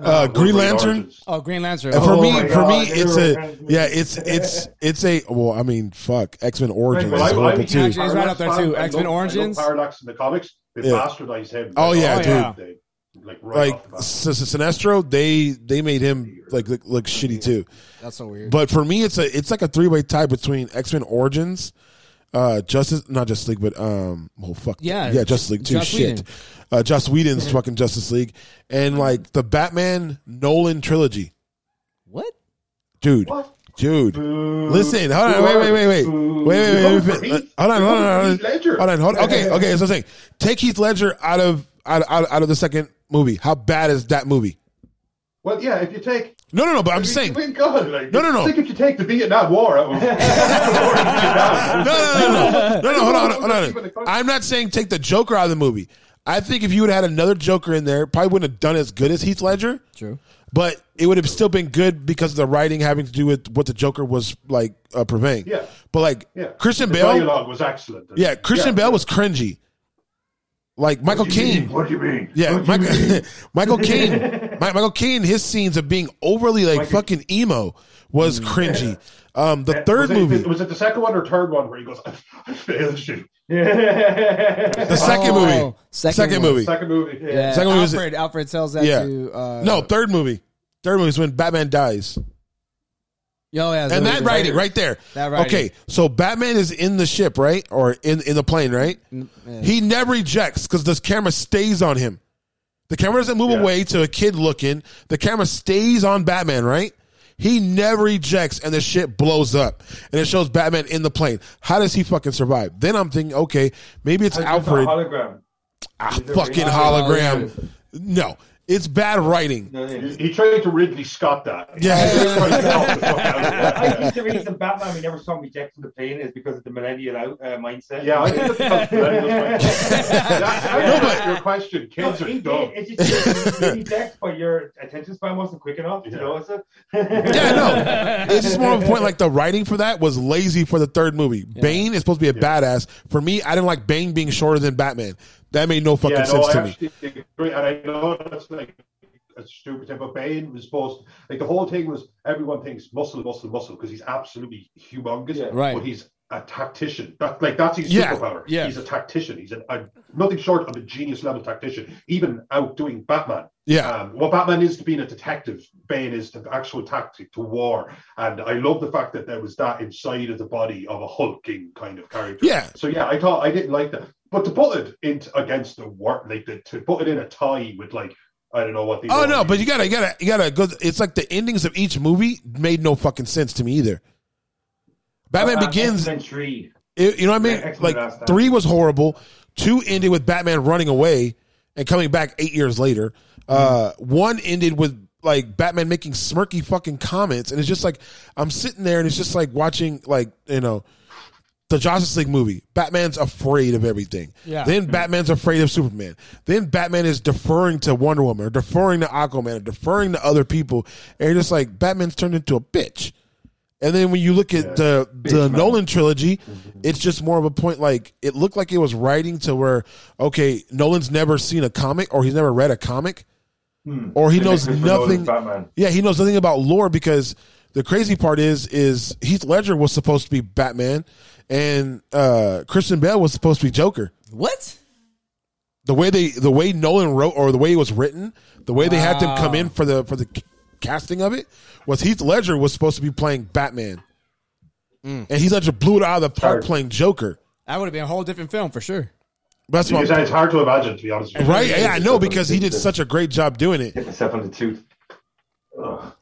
S1: uh, Green Lantern.
S2: Oh, Green Lantern.
S1: And for
S7: Oh
S1: me,
S7: my
S1: for
S7: God,
S1: me,
S7: they
S1: it's
S7: were
S1: a
S7: friends.
S1: yeah, it's it's it's a well, I mean, fuck, X Men Origins
S6: Well,
S1: is
S6: I- I-
S1: horrible too.
S2: Actually, he's right up there too.
S6: I love-
S2: X-Men
S6: I love
S2: Origins.
S6: Paradox in the comics. They
S1: Yeah.
S6: bastardized him.
S1: Oh, yeah,
S6: Like,
S2: dude.
S6: they- Like right
S1: Like
S6: off the bat.
S1: S- S- Sinestro, they they made him like look, look shitty too.
S2: That's so weird.
S1: But for me, it's a it's like a three way tie between X Men Origins, uh, Justice not Justice League, but um, oh fuck,
S2: Yeah,
S1: yeah, Justice League too.
S2: Joss
S1: shit,
S2: Whedon.
S1: uh, Joss Whedon's fucking Justice League, and like the Batman Nolan trilogy,
S2: what?
S1: dude. dude. Listen, hold on, wait, wait, wait, wait, wait, wait, wait, wait, wait, wait. Hold on, hold on, hold on,
S6: Ledger.
S1: hold on, hold on. Okay, okay. So I'm saying, take Heath Ledger out of out, out, out of the second movie. How bad is that movie?
S6: Well, yeah, if you take.
S1: No, no, no. But I'm just saying. No,
S6: Thank God. Like,
S1: No, no, no.
S6: Think if you take the Vietnam War out of
S1: no, no, no, no, no, no. Hold on, hold on, hold on. I'm not saying take the Joker out of the movie. I think if you would have had another Joker in there, probably wouldn't have done as good as Heath Ledger.
S2: True.
S1: but it would have still been good because of the writing having to do with what the Joker was like uh, purveying.
S6: Yeah.
S1: but like
S6: Yeah.
S1: Christian
S6: the
S1: Bale,
S6: dialogue was excellent.
S1: yeah, Christian Bale was cringy. Like Michael Caine,
S6: What do you mean?
S1: yeah, Michael, Michael Caine, Mi- Michael Caine, his scenes of being overly like fucking emo
S6: Mm.
S1: was cringy. Um, the third
S6: was it,
S1: movie,
S6: Was it the second one or third one where he goes, I, I failed you?
S1: the second
S2: Oh,
S1: movie,
S2: second
S1: second
S2: one.
S1: movie,
S6: Second movie. Yeah.
S2: Yeah,
S1: Second one was-
S2: Alfred. Alfred tells that
S1: Yeah.
S2: to uh,
S1: no, third movie, third movie is when Batman dies.
S2: Yo, yeah,
S1: and that
S2: that's-
S1: writing right there.
S2: That writing.
S1: Okay, so Batman is in the ship, right, or in in the plane, right? He never ejects because the camera stays on him. The camera doesn't move away to a kid looking. The camera stays on Batman, right? He never ejects, and the shit blows up, and it shows Batman in the plane. How does he fucking survive? Then I'm thinking, okay, maybe it's Alfred,
S7: It's a hologram.
S1: ah,
S7: a
S1: fucking
S2: hologram.
S1: hologram. No, it's bad writing.
S7: No, yeah.
S6: He tried to Ridley Scott that.
S8: I think the reason Batman we never saw him eject from the plane is because of the millennial out, uh, mindset.
S6: Yeah, I think that's no, but your question.
S8: No,
S6: Kids are
S8: it-
S6: dumb.
S8: it- It's just you're eject, but your attention span wasn't quick enough. You
S6: Yeah.
S8: know, it's a,
S1: Yeah, no. It's just more of a point. Like the writing for that was lazy for the third movie. Bane is supposed to be a badass. For me, I didn't like Bane being shorter than Batman. That made no fucking
S6: Yeah, no,
S1: sense
S6: I
S1: to me.
S6: actually agree. And I know that's like a stupid thing, but Bane was supposed like the whole thing was everyone thinks muscle, muscle, muscle because he's absolutely humongous.
S7: Yeah.
S2: Right.
S6: But he's a tactician. That like that's his
S1: Yeah,
S6: superpower.
S2: yeah.
S6: He's a tactician. He's an, a nothing short of a genius level tactician, even outdoing Batman.
S1: Yeah.
S6: Um, what Batman is to being a detective, Bane is the actual tactic to war. And I love the fact that there was that inside of the body of a hulking kind of character.
S1: Yeah.
S6: So yeah, I thought I didn't like that. But to put it into against the work, like the, to put it in a tie with like I don't know what the
S1: Oh no, but you gotta, you gotta, you gotta go. It's like the endings of each movie made no fucking sense to me either. Batman
S6: Oh,
S7: Uh,
S1: Begins,
S7: X-Men 3.
S1: it- you know what I mean?
S7: Yeah, X-Men Last
S1: like
S7: Stand.
S1: three was horrible. Two ended with Batman running away and coming back eight years later. Uh, one ended with like Batman making smirky fucking comments, and it's just like I'm sitting there and it's just like watching like you know the Justice League movie. Batman's afraid of everything.
S2: Yeah.
S1: Then Batman's afraid of Superman. Then Batman is deferring to Wonder Woman or deferring to Aquaman or deferring to other people, and you're just like Batman's turned into a bitch. And then when you look at the the Nolan trilogy, it's just more of a point like it looked like it was writing to where okay, Nolan's never seen a comic or he's never read a comic or he knows
S7: Hmm. Christopher Nolan's
S1: nothing.
S7: Batman.
S1: Yeah, he knows nothing about lore because the crazy part is is Heath Ledger was supposed to be Batman and uh Christian Bale was supposed to be Joker.
S2: What?
S1: The way they the way Nolan wrote or the way it was written, the way they had them come in for the for the c- casting of it was Heath Ledger was supposed to be playing Batman. And Heath Ledger blew it out of the park playing Joker.
S2: That would have been a whole different film for sure.
S1: That's
S6: It's,
S1: what I'm-
S6: it's hard to imagine, to be honest. With you.
S1: right. Yeah, I know because he did such a great job doing it.
S7: Hit myself on the tooth. Ugh.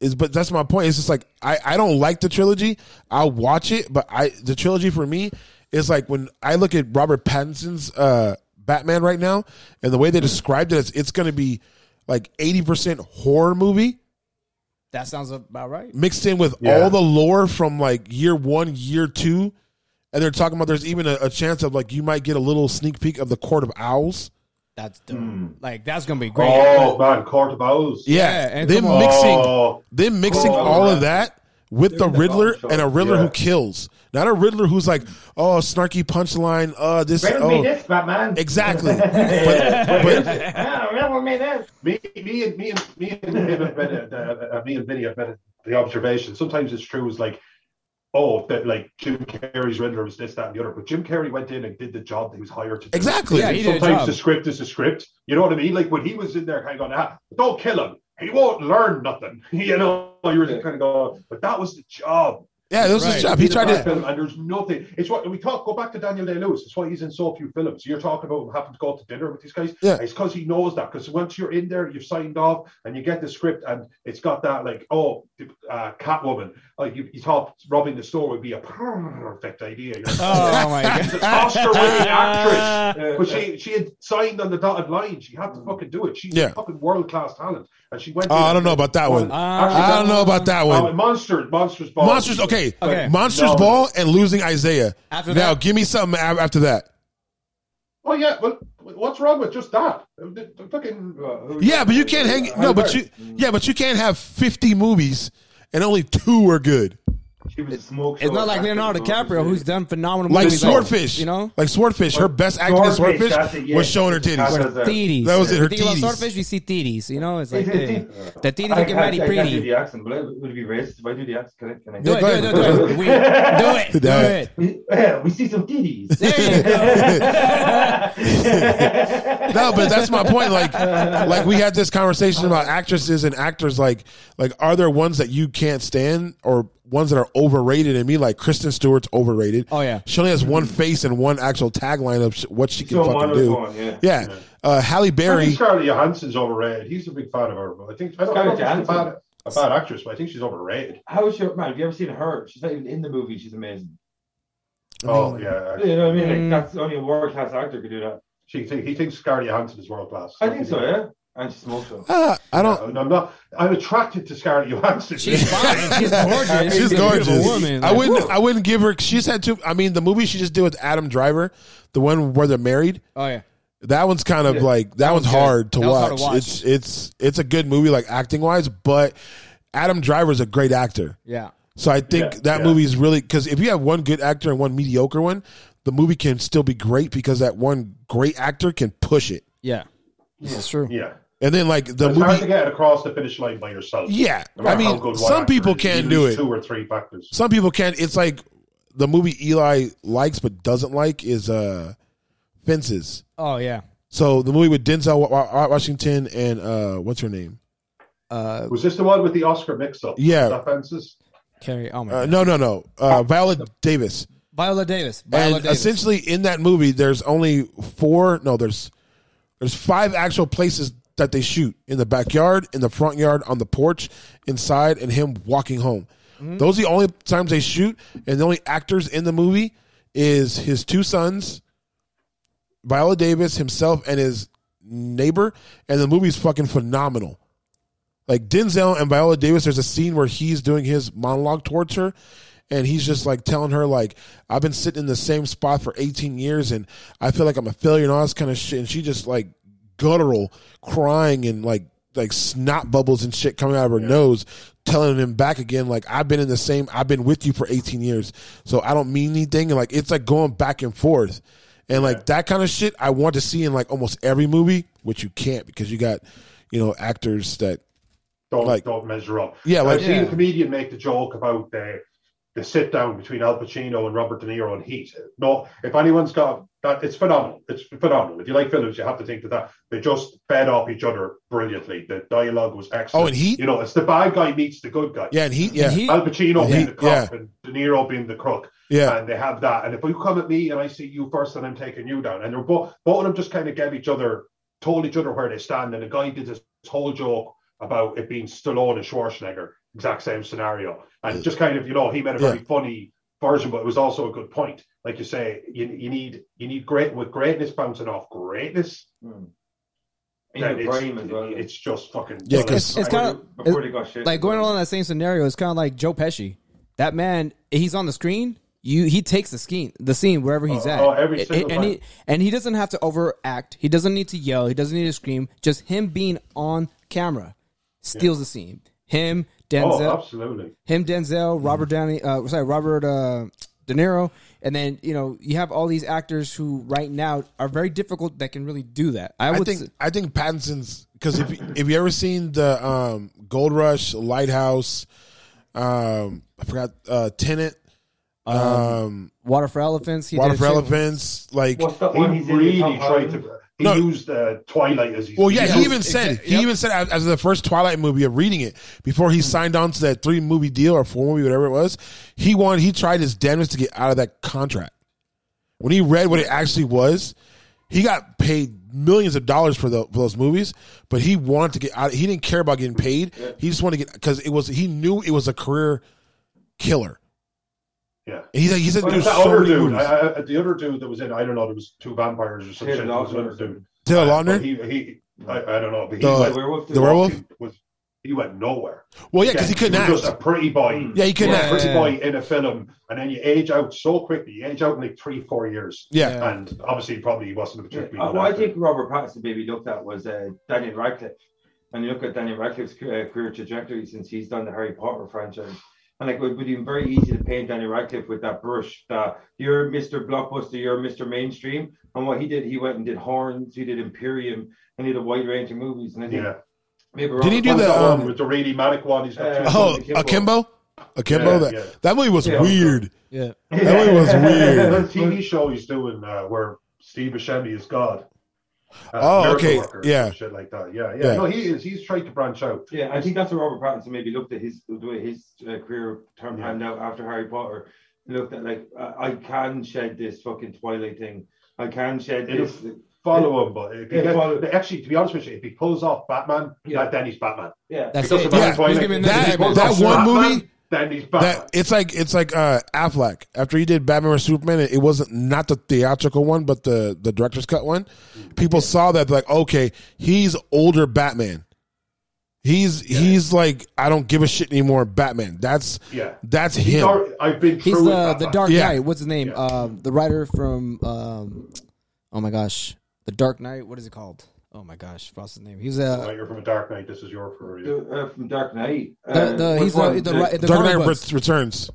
S1: is but that's my point. It's just like I, I don't like the trilogy. I'll watch it, but I the trilogy for me is like when I look at Robert Pattinson's uh Batman right now and the way they described it, it's, it's gonna be like eighty percent horror movie
S2: That sounds about right.
S1: mixed in with
S6: Yeah.
S1: all the lore from like year one, year two. And they're talking about there's even a, a chance of like you might get a little sneak peek of the Court of Owls.
S2: That's dope.
S1: Hmm.
S2: Like that's gonna be great.
S6: Oh man, Court of Owls.
S1: Yeah,
S2: Yeah, and
S1: them
S2: come on.
S1: mixing
S6: Oh,
S1: Then mixing
S7: Oh,
S1: all of
S7: man.
S1: that with the
S7: They're in the
S1: Riddler
S7: bomb shot.
S1: and a Riddler
S6: Yeah.
S1: who kills, not a Riddler who's like, oh, snarky punchline, uh, this,
S8: riddle me
S1: oh,
S8: this, Batman.
S1: exactly. but, but
S8: Ah, riddle me this.
S6: me, me, and me and me and him have been, uh, uh, me and Vinny have been the observation. Sometimes it's true. Is like, oh, that like Jim Carrey's Riddler was this, that, and the other. But Jim Carrey went in and did the job that he was hired to do.
S1: exactly,
S2: Yeah,
S6: And
S2: he did a
S6: sometimes
S2: job.
S6: the script is a script. You know what I mean? Like when he was in there, kind of going, ah, don't kill him. He won't learn nothing. you know, you were just kind of going, but that was the job.
S1: Yeah, that was his
S6: Right.
S1: job. He
S6: He's a
S1: tried
S6: black
S1: to.
S6: film, and there's nothing. It's what we talk. Go back to Daniel Day Lewis. It's why he's in so few films. You're talking about him having to go to dinner with these guys.
S1: Yeah.
S6: it's because he knows that. Because once you're in there, you've signed off, and you get the script, and it's got that like, oh, uh, Catwoman. Like you, you thought robbing the store would be a perfect idea. You're like,
S2: Oh my
S6: She's an Oscar-winning actress, but she she had signed on the dotted line. She had to fucking do it. She's
S1: Yeah.
S6: a fucking world class talent, and she went.
S1: Oh, I don't know about that one. I don't know about that one.
S6: Monsters, monsters, Ball.
S1: Monsters, okay.
S2: Okay.
S1: Monsters
S6: No.
S1: Ball and losing Isaiah.
S2: After
S1: now,
S2: that-
S1: give me something a- after that.
S6: Oh yeah, well, what's wrong with just that? The- the Fucking
S1: Yeah, but you can't hang. No, but you. Yeah, but you can't have fifty movies and only two are good.
S7: She was a smoke
S2: It's
S7: show
S2: not like
S7: actor,
S2: Leonardo
S7: though,
S2: DiCaprio,
S7: obviously.
S2: who's done phenomenal
S1: Like
S2: movies.
S1: Swordfish,
S2: you know.
S1: Like Swordfish, her best acting in Swordfish
S7: that's it, yeah.
S1: was showing her
S7: That's
S1: titties.
S7: it.
S2: Titties.
S1: That was it, her
S2: You think about
S1: titties.
S2: swordfish, you see titties. You know, it's like
S7: It's-
S2: hey,
S7: it's-
S2: the titties
S7: I
S2: are getting
S7: can't, I
S2: mighty
S7: can't do
S2: pretty.
S7: the accent. Will I, would it be racist if I do the accent? Can I? Can I
S2: Do it, do it, do it, do it. We- do it, do
S1: Yeah.
S2: it.
S7: We,
S8: uh,
S7: yeah, we see some titties.
S2: There you go.
S1: No, but that's my point. Like, like we had this conversation about actresses and actors. Like, like are there ones that you can't stand or ones that are overrated? And me, like Kristen Stewart's overrated.
S2: Oh, yeah.
S1: she only has one face and one actual tagline of sh- what she can
S7: So
S1: fucking do.
S7: monotone, yeah.
S1: Yeah, Uh, Halle
S6: I
S1: Berry.
S6: think Scarlett Johansson's overrated. He's a big fan of her, but I think I don't, I don't think she's a bad, a bad actress, but I think she's overrated.
S7: How is she? Man, have you ever seen her? She's not even in the movie. She's amazing.
S6: Oh yeah,
S7: You know what I mean? Like
S2: Mm.
S7: that's only a world class actor could do that.
S6: she think, he thinks Scarlett Johansson is world class.
S7: I think so. Yeah, and she smokes show.
S1: Ah, I don't.
S6: And I'm not. I'm attracted to Scarlett Johansson.
S2: She's fine. She's gorgeous.
S1: She's
S2: a
S1: gorgeous.
S2: beautiful Woman.
S1: I
S2: Like,
S1: wouldn't.
S2: woo.
S1: I wouldn't give her. She's had two. I mean, the movie she just did with Adam Driver, the one where they're married.
S2: Oh yeah.
S1: That one's kind of like that, one's
S2: good.
S1: hard to
S2: That
S1: watch.
S2: one's hard to watch.
S1: It's it's it's a good movie, like acting wise, but Adam Driver's a great actor.
S2: Yeah.
S1: So I think
S6: Yeah,
S1: that
S6: yeah.
S1: movie's really because if you have one good actor and one mediocre one, the movie can still be great because that one great actor can push it.
S2: Yeah. This is true.
S6: yeah.
S1: And then like the
S6: It's hard
S1: movie,
S6: to get across the finish line by yourself.
S1: yeah.
S6: No
S1: I
S6: matter how
S1: mean,
S6: good one
S1: some
S6: actor
S1: people
S6: is,
S1: can
S6: you
S1: do
S6: lose
S1: it.
S6: Two or three factors.
S1: some people can it's like the movie eli likes but doesn't like is uh fences
S2: Oh yeah.
S1: so the movie with denzel Wa- Wa- washington and uh what's her name
S2: Uh,
S6: Was this the one with the Oscar mix-up?
S1: Yeah.
S6: Is that fences.
S2: Carrie. Oh my.
S1: uh,
S2: God.
S1: no no no uh viola davis
S2: Viola Davis. Viola
S1: and
S2: Davis.
S1: essentially in that movie there's only four no there's there's five actual places that they shoot in the backyard in the front yard on the porch inside and him walking home
S2: Mm-hmm.
S1: those are the only times they shoot and the only actors in the movie is his two sons viola davis himself and his neighbor and the movie's fucking phenomenal like Denzel and Viola Davis, there's a scene where he's doing his monologue towards her, and he's just like telling her like I've been sitting in the same spot for 18 years, and I feel like I'm a failure and all this kind of shit. And she just like guttural crying and like like snot bubbles and shit coming out of her nose, telling him back again like I've been in the same, I've been with you for 18 years, so I don't mean anything. And like it's like going back and forth. And like that kind of shit, I want to see in like almost every movie, which you can't because you got, you know, actors that
S6: don't
S1: Like-
S6: don't measure up.
S1: Yeah, like-
S6: I've seen
S2: Yeah.
S6: a comedian make the joke about the the sit down between Al Pacino and Robert De Niro on Heat. No, if anyone's got that, it's phenomenal. It's phenomenal. If you like films, you have to think that that they just fed off each other brilliantly. The dialogue was excellent.
S1: Oh, and Heat?
S6: you know, it's the bad guy meets the good guy.
S1: Yeah, and he, yeah,
S2: And he-
S6: Al Pacino
S1: Heat,
S6: being the cop
S1: yeah.
S6: and De Niro being the crook.
S1: Yeah.
S6: And they have that. And if you come at me and I see you first, then I'm taking you down. And they're both both of them just kind of gave each other told each other where they stand. And the guy did this whole joke about it being Stallone and Schwarzenegger, exact same scenario. And just kind of, you know, he made a very
S1: Yeah.
S6: funny version, but it was also a good point. Like you say, you, you need you need great with greatness bouncing off greatness.
S7: Hmm.
S6: then
S7: In your
S6: it's,
S7: brain as well.
S6: it's just fucking
S1: Yeah, 'cause-
S2: It's- it's
S7: Before
S2: kinda-
S7: they- before they got shit.
S2: like going along that same scenario is kind of like Joe Pesci. That man, he's on the screen. You he takes the scene, the scene wherever he's
S6: Oh,
S2: at.
S6: oh, every
S2: A- a-
S6: single
S2: and he
S6: time.
S2: and he doesn't have to overact. He doesn't need to yell. He doesn't need to scream. Just him being on camera steals the scene. Him,
S6: oh,
S2: Denzel,
S6: absolutely.
S2: him, Denzel, Robert Downey, uh, sorry, Robert uh, De Niro, and then you know you have all these actors who right now are very difficult that can really do that. I
S1: I
S2: would
S1: think
S2: s-
S1: I think Pattinson's because if you- if you ever seen the um, Gold Rush, Lighthouse, um, I forgot uh, Tenant, Um,
S2: Water for Elephants. He
S1: Water
S2: did
S1: for
S2: shit-
S1: Elephants, like
S7: What's that
S6: He
S7: one he's in
S6: really
S7: with Tom
S6: tried
S7: Holland?
S6: to. He
S1: No.
S6: used uh, Twilight as he.
S1: Well, yeah, he
S6: used-
S1: even said
S4: exact-
S1: he
S4: yep.
S1: even said as, as the first Twilight movie of reading it before he signed on to that three movie deal or four movie whatever it was. He wanted he tried his damnedest to get out of that contract. When he read what it actually was, he got paid millions of dollars for, the, for those movies, but he wanted to get out. He didn't care about getting paid. He just wanted to get because it was he knew it was a career killer.
S6: Yeah.
S1: And he's like he said
S6: Well,
S1: there's
S6: it's that
S1: so
S6: other
S1: many
S6: dude.
S1: movies.
S6: I, I, the other dude that was in, I don't know, there was two vampires or something.
S7: Taylor
S6: There was
S7: Lautner.
S6: another dude.
S1: Taylor
S6: Uh, but
S1: Lautner,
S6: He, he, I, I don't know. But he
S1: The-
S6: went,
S7: werewolf.
S1: the werewolf.
S6: was, he went nowhere.
S1: Well, yeah, because he couldn't
S6: was
S1: act.
S6: just a pretty boy.
S7: Hmm.
S1: Yeah, he couldn't
S6: You're a
S1: act.
S6: pretty
S2: Yeah.
S6: boy in a film, and then you age out so quickly. You age out in like three, four years.
S1: Yeah.
S6: And obviously, probably he wasn't a particularly
S7: Uh,
S6: good
S7: what I
S6: actor.
S7: think Robert Pattinson maybe looked at was uh, Daniel Radcliffe. And you look at Daniel Radcliffe's ca- uh, career trajectory since he's done the Harry Potter franchise. And like, it would be very easy to paint Daniel Radcliffe with that brush that you're Mr. Blockbuster, you're Mr. Mainstream. And what he did, he went and did Horns, he did Imperium, and he did a wide range of movies. And I think
S6: Yeah.
S7: maybe
S1: Did he
S7: Robert
S1: do
S6: What's
S1: the,
S6: that
S7: Pattinson-
S6: one
S1: um,
S6: with the really manic one? He's got two
S7: uh,
S1: Oh,
S7: Akimbo.
S1: Akimbo, Akimbo.
S6: Yeah,
S1: that
S6: yeah.
S1: that movie was
S7: Yeah.
S1: weird.
S2: Yeah.
S1: That one was
S6: The
S1: weird.
S6: TV show he's doing uh, where Steve Buscemi is God. Uh,
S1: Oh,
S6: Miracle
S1: okay.
S6: Worker
S1: Yeah.
S6: and Shit like that. Yeah, yeah.
S1: Yeah.
S6: No, he is. He's trying to branch out.
S7: Yeah, I think that's where Robert Pattinson maybe looked at his the way his uh, career term
S6: Yeah.
S7: panned out after Harry Potter. Looked at like I, I can shed this fucking Twilight thing. I can shed
S6: It'll
S7: this.
S6: Follow him, but if he
S7: Yeah,
S6: gets-
S7: follow-
S6: actually, to be honest with you, if he pulls off Batman,
S7: Yeah.
S6: that, then he's Batman.
S7: Yeah,
S2: That's
S6: Because
S2: it.
S6: of that
S1: Yeah,
S6: Twilight.
S2: just give me
S6: If
S2: another
S6: he
S1: That-
S6: pulls
S1: that
S6: off
S1: one
S6: Batman,
S1: movie-
S6: then he's Batman.
S1: That it's like it's like uh, Affleck after he did Batman or Superman. It wasn't not the theatrical one, but the the director's cut one. People saw that they're like, okay, he's older Batman. He's he's like I don't give a shit anymore. Batman. That's
S6: Yeah.
S1: That's
S6: He's
S1: him.
S6: already- I've been through
S2: He's
S6: with
S2: the the
S6: Batman.
S2: Dark
S1: Uh, Yeah.
S2: Knight. What's his name?
S6: Yeah.
S2: Um, the writer from um, oh my gosh, the Dark Knight. What is it called? Oh my gosh, what's his name? He's a
S6: Right, you're from a Dark Knight. This is your career.
S7: The, uh, from Dark Knight.
S2: the,
S7: Uh,
S2: the
S7: which
S2: he's
S7: one?
S2: the the, the, the
S1: Dark
S2: comic
S1: Knight
S2: books.
S1: Ret- Returns.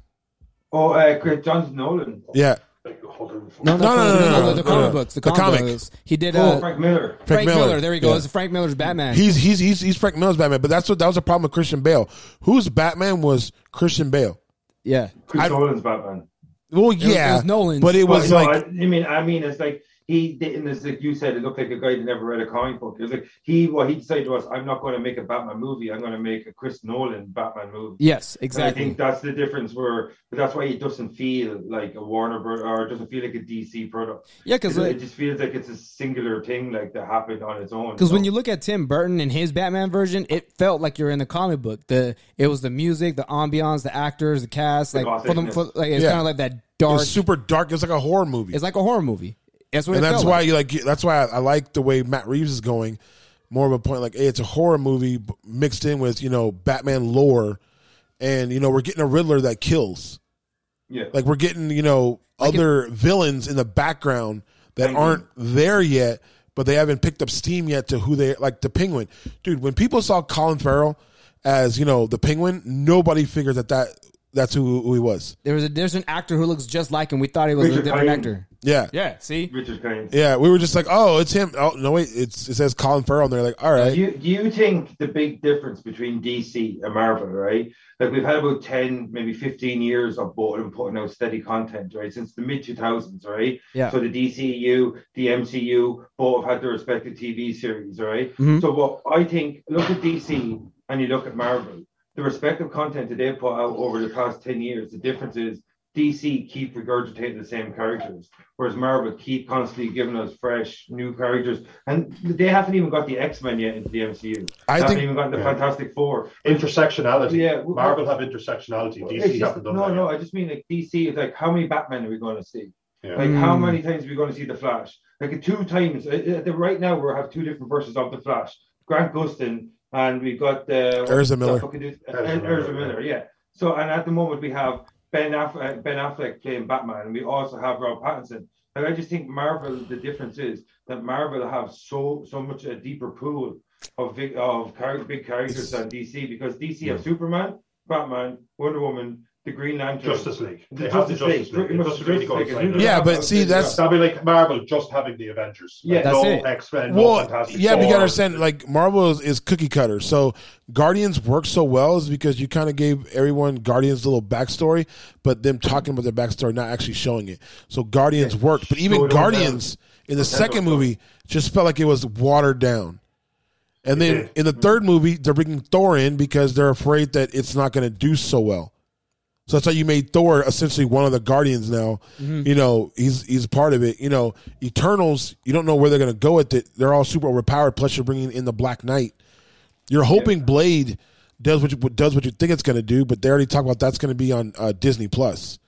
S7: oh, uh, Chris- Jonathan Nolan.
S1: Yeah,
S6: Hold on.
S2: No, no, no, no, no, no, the
S1: no,
S2: comic
S1: no.
S2: books, the,
S1: The comic.
S2: comic books. He did
S7: Oh,
S2: uh, Frank,
S7: Frank Miller.
S2: Miller. There he
S1: Yeah.
S2: goes. Frank Miller's Batman.
S1: He's he's he's he's Frank Miller's Batman, but that's what that was a problem with Christian Bale. Whose Batman was Christian Bale?
S2: yeah,
S7: Chris
S1: I-
S7: Nolan's Batman.
S1: Well,
S2: was- it
S1: yeah,
S2: was Nolan's.
S1: but it was
S7: Well, no,
S1: like
S7: I, I mean, I mean, it's like he didn't. It's like you said, it looked like a guy that never read a comic book. It was like he what he decided was, I'm not going to make a Batman movie. I'm going to make a Chris Nolan Batman movie.
S2: yes,
S7: And I
S2: exactly.
S7: think that's the difference where but that's why it doesn't feel like a Warner Bros. or it doesn't feel like a DC product.
S2: Yeah,
S7: It,
S2: because
S7: it just feels like it's a singular thing like that happened on its own.
S2: Because when you look at Tim Burton and his Batman version, it felt like you're in the comic book. The it was the music, the ambiance, the actors, the cast,
S7: The
S2: like for them, for, like it's
S1: Yeah.
S2: kind of like that
S1: it
S2: dark.
S1: was super dark. It was like a horror movie.
S2: It's like a horror movie. That's what.
S1: and
S2: it
S1: that's
S2: felt
S1: why
S2: Like.
S1: you like that's why I, I like the way Matt Reeves is going more of a point like hey it's a horror movie b- mixed in with you know Batman lore and you know we're getting a Riddler that kills
S7: yeah,
S1: like we're getting you know other villains in the background that aren't there yet but they haven't picked up steam yet to who they like the Penguin dude when people saw Colin Farrell as you know the Penguin nobody figured that that that's who, who he was
S2: There was a there's an actor who looks just like him. We thought he was a
S7: Richard
S2: different
S7: Pine.
S2: actor.
S1: yeah
S2: Yeah. See.
S7: Richard Kind.
S1: yeah we were just like oh it's him oh no wait it's it says Colin Farrell and they're like all right
S7: Do you, do you think the big difference between DC and Marvel, right? Like we've had about 10, maybe 15 years of both and putting out steady content, right? Since the mid 2000s, right?
S2: Yeah.
S7: So the DCU, the MCU, both have had their respective TV series, right?
S2: Mhm.
S7: So what I think, look at DC and you look at Marvel, the respective content that they put out over the past 10 years, the difference is DC keep regurgitating the same characters, whereas Marvel keep constantly giving us fresh, new characters. And they haven't even got the X Men yet into the MCU.
S1: I
S7: They haven't
S1: think-
S7: even gotten the
S6: Yeah.
S7: Fantastic Four.
S6: Intersectionality.
S7: Yeah, w-
S6: Marvel have intersectionality. DC
S7: It's just-
S6: haven't done
S7: no,
S6: that.
S7: no,
S6: yet.
S7: I just mean like DC is like how many Batman are we going to see?
S6: Yeah.
S7: Like how
S2: Mm.
S1: Hmm.
S7: many times are we going to see the Flash? Like two times. uh, uh, the- Right now we have two different versions of the Flash. Grant Gustin and we've got uh,
S1: Ezra
S7: that
S1: Miller.
S7: fucking dude-
S6: Ezra
S7: uh,
S6: Miller,
S7: Ezra Miller, yeah. So and at the moment we have Ben Affleck, Ben Affleck playing Batman, and we also have Rob Pattinson. Like I just think Marvel, the difference is that Marvel have so so much a deeper pool of big of char- big characters than DC because DC have Superman, Batman, Wonder Woman, the Green Lantern.
S6: Justice League.
S7: The
S6: They have the
S7: Justice
S6: Justice
S7: League.
S6: League. It
S7: Pretty much
S6: doesn't really
S7: Justice
S6: go
S7: League.
S6: outside
S7: uh, It's
S6: that.
S7: really
S1: Yeah,
S7: not-
S1: but see, that's-
S6: That'd be like Marvel just having the Avengers. Like,
S7: Yeah,
S2: that's
S6: no
S2: it.
S6: X Men. no
S1: Well,
S6: Fantastic
S1: yeah, but you
S6: Four.
S1: gotta understand, like Marvel is, is cookie cutter. So Guardians works so well is because you kind of gave everyone Guardians little backstory, but them talking about their backstory, not actually showing it. So Guardians worked, but even
S7: Showed them
S1: Guardians in the second movie just felt like it was watered down. And then in the third movie, they're bringing Thor in because they're afraid that it's not going to do so well. So that's how you made Thor essentially one of the Guardians now.
S7: Mm-hmm.
S1: You know, he's he's part of it. You know, Eternals, you don't know where they're going to go with it. They're all super overpowered. Plus, you're bringing in the Black Knight. You're hoping Blade does what you, does what you think it's going to do, but they already talked about that's going to be on uh, Disney Plus.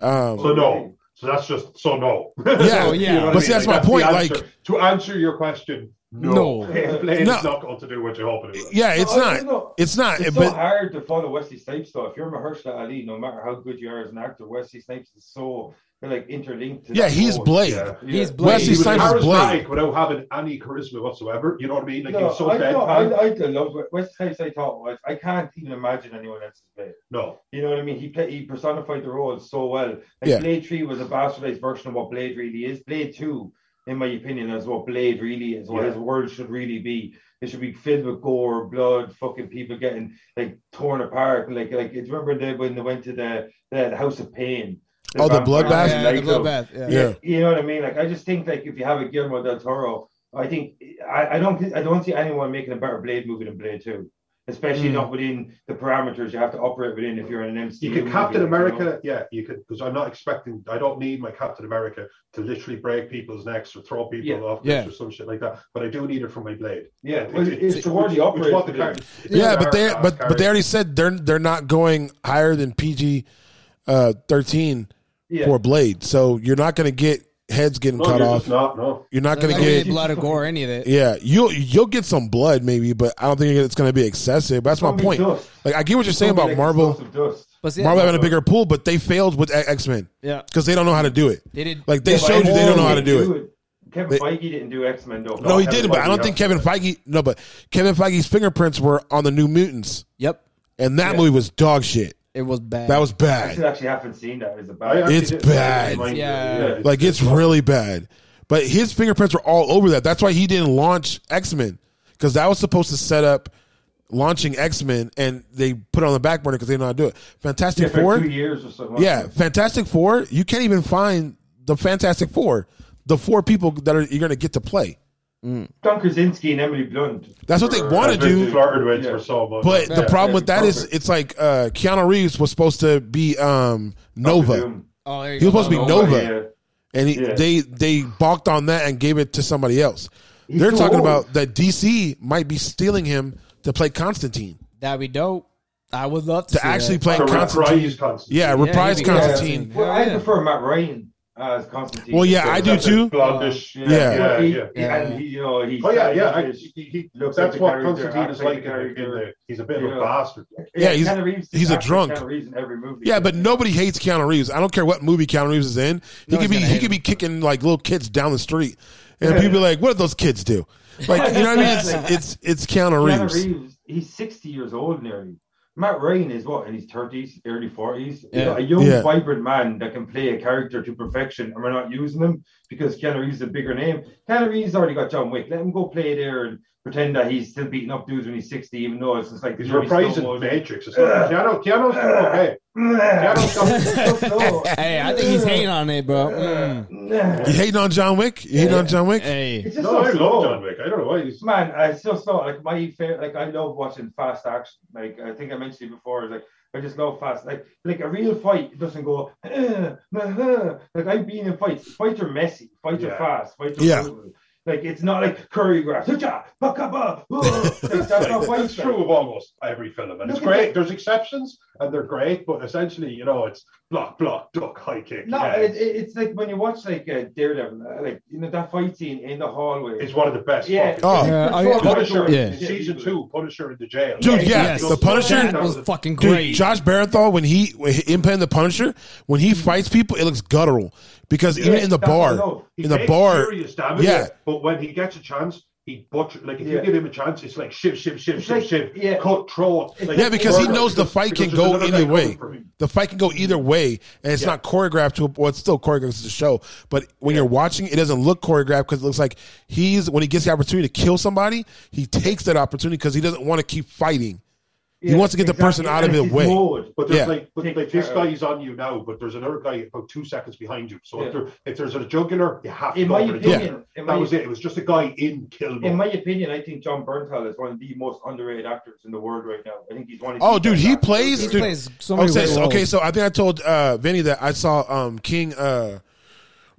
S1: Um,
S6: So no. So that's just so no.
S1: Yeah,
S6: Yeah,
S2: yeah.
S1: But see, that's my point. Like,
S6: to answer your question, no,
S2: No.
S6: Blade
S1: No.
S6: is not going to do what you're hoping it will.
S1: yeah, it's
S7: No, I don't
S1: not.
S7: oh, know.
S1: It's not.
S7: It's so
S1: Eh, but
S7: hard to follow Wesley Snipes though. If you're Mahershala Ali, no matter how good you are as an actor, Wesley Snipes is so they're like interlinked. To
S1: yeah,
S7: that
S1: he's
S7: role.
S1: Blade.
S6: Yeah.
S2: He's
S1: Blade. Wesley
S6: He was
S1: Snipes is Blade.
S6: charismatic without having any charisma whatsoever. You know what I mean? Like
S7: No,
S6: he's so
S7: I, no,
S6: deadpan.
S7: I, I love Wesley Snipes. I thought was I can't even imagine anyone else's Blade.
S6: no,
S7: You know what I mean? He play, he personified the role so well. Like
S1: Yeah.
S7: Blade Three was a bastardized version of what Blade really is. Blade Two, in my opinion, is what Blade really is. What
S6: Yeah.
S7: his world should really be. It should be filled with gore, blood, fucking people getting like torn apart. Like like do you remember the, when they went to the, the House of Pain?
S1: Oh, the
S7: vampire
S1: bloodbath?
S2: yeah, the
S7: nightclub.
S2: bloodbath. Yeah.
S1: Yeah.
S7: You know what I mean? Like I just think like if you have a Guillermo del Toro, I think I, I don't think- I don't see anyone making a better Blade movie than Blade Two, especially not within the parameters you have to operate within if you're in an MCU.
S6: Hmm. you
S7: movie,
S6: could Captain
S7: like, you know?
S6: America. Yeah, you could because I'm not expecting. I don't need my Captain America to literally break people's necks or throw people
S7: Yeah.
S6: off
S2: Yeah.
S6: cliffs or some shit like that. But I do need it for my Blade.
S7: Yeah,
S6: It-
S7: well,
S6: it-
S7: it's the word he
S6: it's
S7: operates
S6: what the
S7: within.
S6: character- it's
S1: Yeah,
S6: the
S1: but they
S6: character-
S1: but but they already said they're they're not going higher than PG uh, thirteen
S7: Yeah.
S1: for Blade. So you're not going to get heads getting
S6: No,
S1: cut
S6: you're
S1: off.
S6: just not. No,
S1: you're not going to
S2: There's not
S1: get
S2: really blood or gore, or any of it.
S1: yeah. You'll you'll get some blood maybe, but I don't think it's going to be excessive. That's my
S7: It's
S1: point.
S7: gonna be dust.
S1: Like I get what you're saying
S7: Don't be
S1: about
S7: like
S1: Marvel.
S7: explosive Dust.
S2: But see,
S1: Marvel having a bigger pool, but they failed with X Men.
S2: Yeah.
S1: because they don't know how to do it.
S2: They did-
S1: Like they
S2: Yeah,
S1: showed you, they don't know how to do it.
S7: Kevin
S1: They-
S7: Feige didn't do X Men though.
S1: No, he did,
S6: Kevin
S1: but I
S6: Feige
S1: don't think Kevin Feige. No, but Kevin Feige's fingerprints were on the New Mutants,
S2: Yep.
S1: and that movie was dog shit.
S2: It was bad.
S1: That was
S7: I
S1: bad.
S7: still actually haven't seen that. Is a
S6: I
S7: bad.
S6: actually
S1: It's
S6: did-
S1: bad.
S6: Mind you,
S2: Yeah.
S6: it's-
S1: Like it's really bad. But his fingerprints are all over that. That's why he didn't launch X Men because that was supposed to set up launching X Men, and they put it on the back burner because they know how to do it. Fantastic
S7: for
S1: Four,
S7: two years or something.
S1: yeah, Fantastic Four. You can't even find the Fantastic Four, the four people that are you're going to get to play.
S7: Don Krasinski and Emily Blunt.
S1: That's what they
S7: were-
S1: want
S6: I've
S1: to
S6: been
S1: do.
S6: flirted with
S7: Yeah.
S6: for so much.
S1: But the
S7: Yeah,
S1: problem
S7: yeah,
S1: with that is,
S7: perfect.
S1: it's like uh, Keanu Reeves was supposed to be um, Nova,
S7: Doom.
S2: oh, there you
S1: He was
S2: go.
S1: supposed to be
S2: Oh,
S1: no- Nova.
S7: Yeah.
S1: and he,
S7: Yeah.
S1: they they balked on that and gave it to somebody else.
S7: He's
S1: They're
S7: too
S1: talking
S7: old.
S1: about that DC might be stealing him to play Constantine
S2: That'd be dope. I would love to,
S1: to
S2: see
S1: actually
S2: that.
S1: play
S6: To
S1: Constantine.
S6: reprise Constantine.
S1: Yeah,
S2: Yeah,
S1: reprise
S2: he'd be
S1: Constantine.
S2: Constantine.
S7: Well,
S2: Yeah.
S7: I prefer Matt Ryan as Constantine.
S1: Well, yeah, I do
S6: That's a
S1: too.
S6: Blondish.
S7: Yeah,
S1: Yeah.
S6: Yeah,
S7: he-
S6: yeah.
S7: he- And he, you know, he,
S6: Oh yeah, yeah. I,
S7: he-
S6: he, he
S7: Looks
S6: that's
S7: like the
S6: what
S7: character,
S6: Constantine is
S7: acts
S6: like. In
S7: like the
S6: the, in
S7: character.
S6: the, he's a bit of a
S7: Yeah.
S6: bastard.
S1: Yeah, he's-
S7: Keanu Reeves
S1: he's a
S7: acts like
S1: drunk.
S7: Keanu Reeves in every movie.
S1: Yeah, but nobody hates Keanu Reeves. I don't care what movie Keanu Reeves is in. He could
S2: No one's
S1: be
S2: gonna
S1: he
S2: hate
S1: could be kicking like little kids down the street, and people be like, "What did those kids do?" Like you know what I mean? It's it's, it's Keanu
S7: Keanu
S1: Reeves.
S7: Reeves, he's 60 years old nearly. Matt Ryan is what in his 30s, early 40s. You
S2: Yeah.
S7: know, a young,
S1: Yeah.
S7: vibrant man that can play a character to perfection, and we're not using him because Keanu Reeves is a bigger name. Keanu Reeves already got John Wick. Let him go play there and pretend that he's still beating up dudes when he's 60, even though it's just like
S6: He's
S7: you know, slow
S6: reprising
S7: motion.
S6: Matrix. It's not, Keanu, Keano's doing okay. Keanu's got-
S2: Hey, I think he's hating on it, bro. Mm.
S1: You hating on John Wick? You hating on John Wick?
S2: Hey,
S7: It's
S6: no,
S7: just
S6: I
S7: so
S6: love
S7: slow.
S6: John Wick. I don't know why he's.
S7: Man, I still saw like my favorite. Like I love watching fast action. Like I think I mentioned it before. Like I just love fast. Like like a real fight doesn't go. "Eh, uh-huh." Like I've been in fights. Fights are messy. Fights
S6: Yeah.
S7: are fast. Fights are
S1: Yeah.
S7: brutal. Like it's not like choreographed. "Hucha, pakapa, whoa." Like, that's not
S6: It's
S7: fights.
S6: true of almost every film, and it's
S7: Look at
S6: great. There's exceptions, and they're great, but essentially, you know, it's block, block, duck, high kick.
S7: No,
S6: yeah.
S7: it, it- it's like when you watch like uh, Daredevil. uh, Like you know that fight scene in the hallway.
S6: it's one of the best.
S7: yeah.
S6: fucking-
S1: Oh.
S2: Yeah, I-
S6: Punisher,
S2: Yeah.
S6: in season two, Punisher in the jail.
S1: Dude, yes,
S2: yes.
S1: the Punisher.
S2: that was fucking
S1: Dude,
S2: great.
S1: Josh Barenthal when he when he- in playing the Punisher when
S6: Mm-hmm.
S1: he fights people, it looks guttural because even in the
S7: that's what
S1: bar,
S7: I know.
S6: He
S1: in the
S6: takes
S1: bar,
S6: serious damage,
S1: yeah.
S6: But when he gets a chance, he butcher. Like if you
S7: Yeah.
S6: give him a chance, it's like shiv, shiv, shiv,
S7: It's
S6: shiv,
S7: like-
S6: shiv,
S7: yeah.
S6: cut, throat. Like,
S1: Yeah, because he knows the
S6: because-
S1: fight can
S6: because
S1: go
S6: there's another
S1: any
S6: guy
S1: way.
S6: coming for him. Mm-hmm.
S1: The fight can go either way, and it's not choreographed to. Well, it's still choreographed to the show, but when you're watching, it doesn't look choreographed because it looks like he's when he gets the opportunity to kill somebody, he takes that opportunity because he doesn't want to keep fighting. he wants to get the person out of his way.
S6: But there's
S1: Yeah.
S6: like, but
S8: Take
S6: like this
S8: care.
S6: guy's on you now, but there's another guy about two seconds behind you. So
S7: Yeah.
S6: if, there, if there's a jugular, you have to
S7: In
S6: go
S7: my
S6: for the
S7: opinion,
S6: jugular.
S7: in my-
S6: That was it. It was just a guy in Kilmore.
S7: In my opinion, I think John Bernthal is one of the most underrated actors in the world right now. I think he's one. Of the
S1: Oh,
S7: best
S1: dude, he
S7: actors.
S1: plays.
S2: He
S1: dude.
S2: plays so many
S1: okay,
S2: great
S1: so, okay,
S2: roles.
S1: so I think I told uh, Vinny that I saw um, King uh,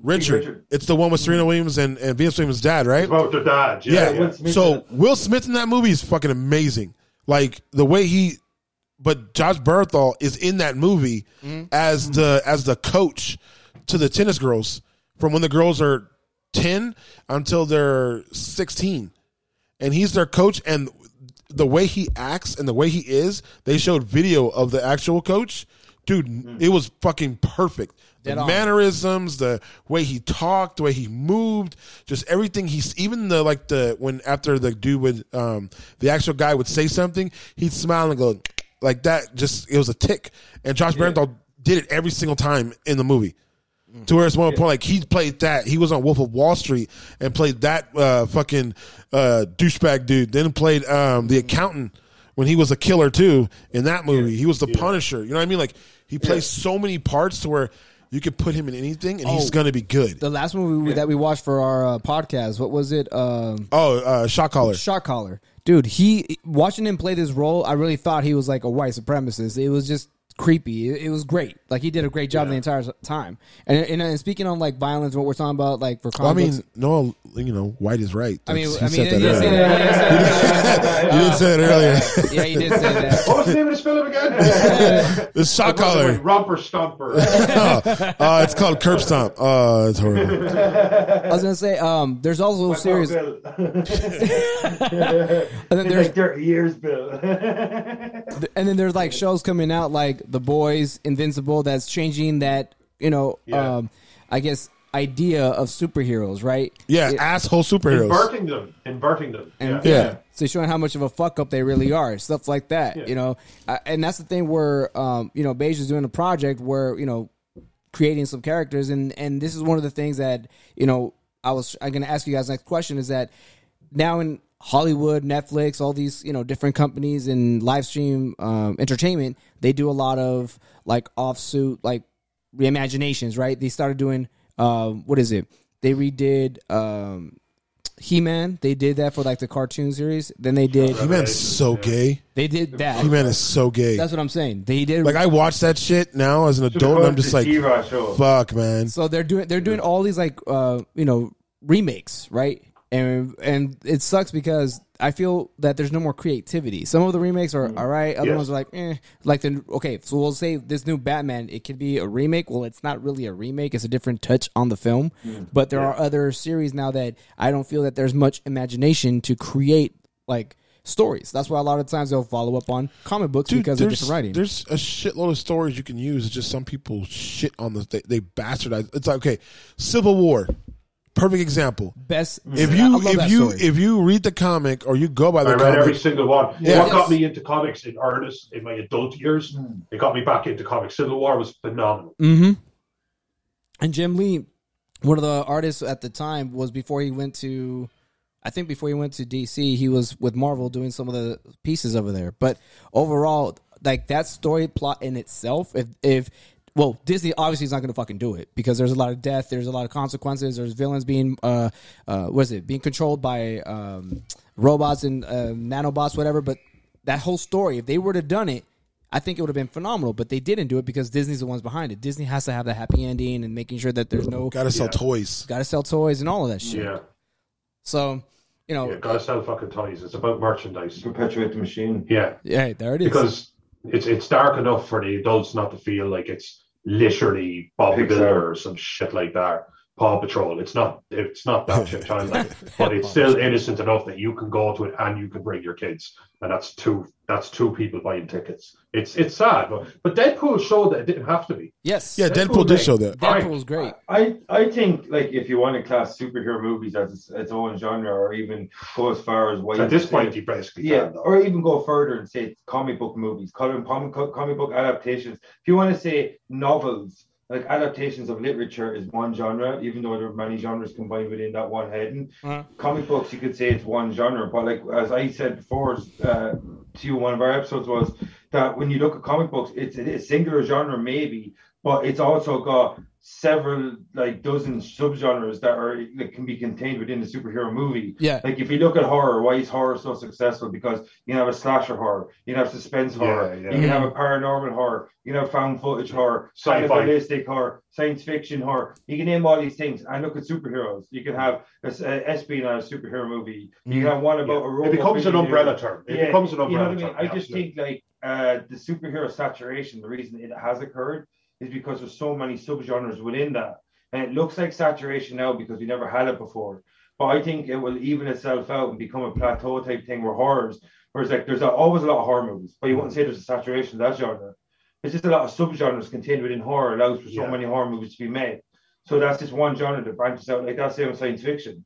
S1: Richard.
S7: Richard.
S1: It's the one with Serena Williams and, and Venus Williams' dad, right?
S6: about their dad.
S1: yeah.
S6: Yeah. yeah.
S7: Will Smith
S1: so
S7: in it.
S1: Will Smith in that movie is fucking amazing. Like the way he, but Josh Berthal is in that movie
S2: Mm-hmm.
S1: as the as the coach to the tennis girls from when the girls are ten until they're sixteen, and he's their coach. And the way he acts and the way he is, they showed video of the actual coach. Dude, it was fucking perfect. The
S2: Hmm. Dead on.
S1: mannerisms, the way he talked, the way he moved, just everything. He's even the like the when after the dude would um the actual guy would say something, he'd smile and go like that. Just it was a tick, and Josh Bernthal did it every single time in the movie. To where it's one point like he played that he was on Wolf of Wall Street and played that uh, fucking uh, douchebag dude. Then played um, the accountant when he was a killer too in that movie. He was the Punisher. You know what I mean? Like he plays so many parts to where you could put him in anything and he's
S2: Oh.
S1: gonna be good.
S2: The last movie we- that we watched for our uh, podcast, what was it? Um,
S1: oh, uh, shot collar.
S2: Shot collar, dude. He watching him play this role, I really thought he was like a white supremacist. It was just creepy. It, it was great. Like he did a great job the entire s- time. And, and and speaking on like violence, what we're talking about, like for
S1: Well, I
S2: comic
S1: mean,
S2: books-
S1: no, you know, white is right.
S2: I mean,
S1: That's-
S2: I
S1: he
S2: mean,
S1: said that earlier.
S2: yeah, yeah,
S1: You didn't say that earlier.
S2: yeah, he did say that.
S6: What was the name of this film again?
S1: It's shot collar.
S6: Romper Stomper.
S1: Uh, it's called curb stomp. Oh, it's horrible.
S2: I was gonna say, um, there's also a series, and
S7: Bill.
S2: then
S7: It's
S2: there's
S7: like their ears, Bill.
S2: and then there's like shows coming out like The Boys, Invincible, that's changing that you know, um, I guess idea of superheroes, right?
S1: Yeah, asshole superheroes.
S6: Inverting them. Inverting them.
S2: And-
S6: yeah.
S1: Yeah.
S2: So showing how much of a fuck up they really are, stuff like that, you know. Uh, and that's the thing where um, you know Beige is doing a project where you know creating some characters, and and this is one of the things that you know I was I'm going to ask you guys next question is that now in Hollywood, Netflix, all these you know different companies in live stream um, entertainment, they do a lot of like offsuit like reimaginations, right? They started doing um, what is it? They redid um, He Man. They did that for like the cartoon series. Then they did
S1: He man's so gay.
S2: they did that.
S1: He man is so gay.
S2: That's what I'm saying. They did
S1: Like I watch that shit now as an adult, and I'm just like,
S7: T-Raw show.
S1: fuck, man.
S2: so they're doing they're doing all these like uh you know remakes, right? And and it sucks because I feel that there's no more creativity. Some of the remakes
S1: Mm-hmm.
S2: are all right. Other
S6: Yes.
S2: ones are like, eh. Like the okay, so we'll say this new Batman. It could be a remake. Well, it's not really a remake. It's a different touch on the film.
S1: Mm-hmm.
S2: But there are other series now that I don't feel that there's much imagination to create like stories. That's why a lot of times they'll follow up on comic books because of
S1: there's,
S2: different writing.
S1: There's a shitload of stories you can use. It's just some people shit on the they, they bastardize. It's like okay, Civil War, perfect example.
S2: Best
S1: If
S2: I
S1: you
S2: love
S1: if
S2: that
S1: you
S2: story.
S1: if you read the comic or you go by the
S6: I read every
S1: comic,
S6: single one.
S1: Yeah.
S6: What
S2: Yes.
S6: got me into comics in earnest in my adult years,
S7: Hmm.
S6: it got me back into comics. Civil War was phenomenal.
S2: Mm-hmm. And Jim Lee, one of the artists at the time, was before he went to, I think before he went to DC, he was with Marvel doing some of the pieces over there. But overall, like that story plot in itself, if if well, Disney obviously is not going to fucking do it because there's a lot of death, there's a lot of consequences, there's villains being uh uh what is it being controlled by um robots and uh, nanobots whatever. But that whole story, if they were to done it, I think it would have been phenomenal, but they didn't do it because Disney's the ones behind it. Disney has to have the happy ending and making sure that there's no
S1: gotta sell toys.
S2: got to sell toys and all of that shit.
S6: Yeah.
S2: So, you know,
S6: yeah. Gotta sell fucking toys. It's about merchandise.
S7: Perpetuate the machine.
S6: Yeah.
S2: yeah, there it is.
S6: Because it's it's dark enough for the adults not to feel like it's literally Bob
S7: Pixar.
S6: Dylan or some shit like that. Paw Patrol. It's not it's not that shit child, like, but it's still innocent enough that you can go to it and you can bring your kids, and that's two that's two people buying tickets. It's it's sad, but but Deadpool showed that it didn't have to be.
S2: Yes.
S1: Yeah, Deadpool did show that.
S6: All right.
S2: Deadpool's great.
S7: I, I think like if you want to class superhero movies as its, its own genre, or even go as far as what
S6: At
S7: you
S6: this
S7: say-
S6: point, you basically
S7: yeah,
S6: can, though.
S7: or even go further and say it's comic book movies, comic, comic, comic book adaptations. If you want to say novels, like adaptations of literature is one genre, even though there are many genres combined within that one heading.
S2: Mhm.
S7: Comic books, you could say it's one genre, but like as I said before uh, to you, one of our episodes was that when you look at comic books, it's a singular genre maybe, but it's also got several like dozen subgenres that are that can be contained within the superhero movie.
S2: Yeah.
S7: Like if you look at horror, why is horror so successful? Because you can have a slasher horror, you can have suspense horror,
S6: Yeah, yeah.
S7: you can have a paranormal horror, you can have found footage horror,
S6: Sci-fi.
S7: realistic horror, science fiction horror. You can name all these things. And look at superheroes. You can have a, s- a espionage superhero movie. You can have one about a
S6: Mm-hmm. Yeah.
S7: robot.
S6: It becomes an
S7: billionaire.
S6: umbrella term. It
S7: Yeah,
S6: becomes an
S7: You know what
S6: umbrella
S7: I
S6: term.
S7: mean? I just
S6: absolutely.
S7: think like uh, the superhero saturation. The reason it has occurred is because there's so many subgenres within that, and it looks like saturation now because we never had it before. But I think it will even itself out and become a plateau type thing where horrors, whereas like there's always a lot of horror movies, but you wouldn't say there's a saturation of that genre. It's just a lot of subgenres contained within horror allows for so
S6: Yeah.
S7: many horror movies to be made. So that's just one genre that branches out like that. Same with science fiction.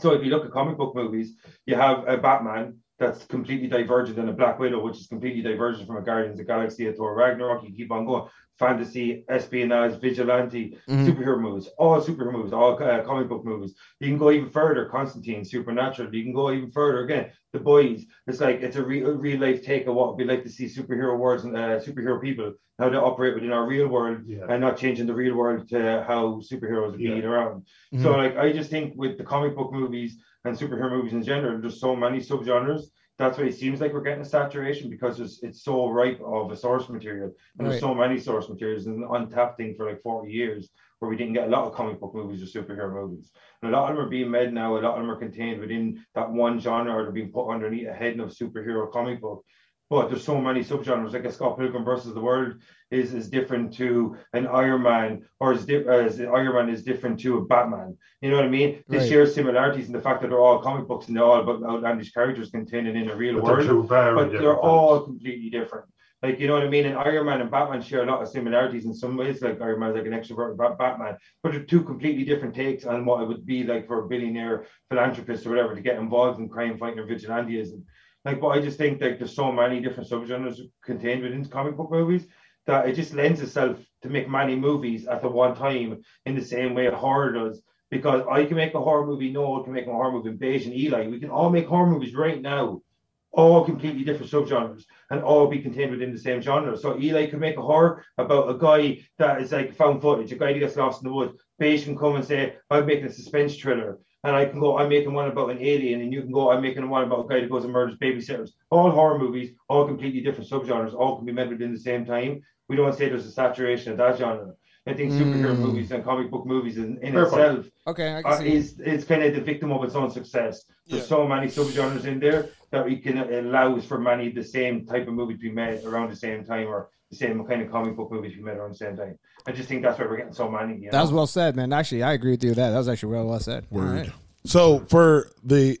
S7: So if you look at comic book movies, you have a Batman that's completely divergent and a Black Widow, which is completely divergent from a Guardians of the Galaxy, a Thor Ragnarok. You keep on going. Fantasy, espionage, vigilante, superhero movies, all superhero movies, all uh, comic book movies. You can go even further. Constantine, Supernatural. You can go even further. Again, The Boys. It's like it's a real, real life take of what it'd be like to see superhero worlds and uh, superhero people how they operate within our real world
S6: Yeah.
S7: and not changing the real world to how superheroes are
S6: Yeah. Mm-hmm.
S7: being around. So like I just think with the comic book movies and superhero movies in general, there's so many subgenres. That's why it seems like we're getting a saturation because it's, it's so ripe of a source material. And there's so many source materials and untapped thing for like 40 years where we didn't get a lot of comic book movies or superhero movies. And a lot of them are being made now, a lot of them are contained within that one genre or they're being put underneath a heading of superhero comic book. But Oh, there's so many subgenres, like a Scott Pilgrim versus the World is is different to an Iron Man, or is, di- as Iron Man is different to a Batman. You know what I mean? They
S2: Right.
S7: share similarities in the fact that they're all comic books and they're all about outlandish characters contained in a real
S6: But
S7: world
S6: they're two very
S7: but
S6: different
S7: they're
S6: things.
S7: all completely different. Like you know what I mean? And Iron Man and Batman share a lot of similarities in some ways. Like Iron Man's like an extrovert, and Ba- Batman, but they're two completely different takes on what it would be like for a billionaire philanthropist or whatever to get involved in crime fighting or vigilantism. Like, but I just think like there's so many different subgenres contained within comic book movies that it just lends itself to make many movies at the one time in the same way horror does. Because I can make a horror movie, Noel can make a horror movie, Beige and Eli. We can all make horror movies right now all completely different subgenres and all be contained within the same genre. So Eli could make a horror about a guy that is like found footage, a guy that gets lost in the woods. Beige can come and say, I'm making a suspense thriller. And I can go, I'm making one about an alien. And you can go, I'm making one about a guy that goes and murders babysitters. All horror movies, all completely different subgenres, all can be made within the same time. We don't say there's a saturation of that genre. I think superhero
S2: Mm.
S7: movies and comic book movies in, in
S6: Hmm. Fair point.
S7: itself
S2: Okay, I
S7: uh,
S2: can see.
S7: is is kind of the victim of its own success. There's
S1: Yeah.
S7: so many subgenres in there that we can it allows for many the same type of movie to be made around the same time or the same kind of comic book movie to be made around the same time. I just think that's why we're getting so many. You know?
S2: That was well said, man. Actually, I agree with you. With that that was actually well, well said. All
S1: Word.
S2: right.
S1: So for the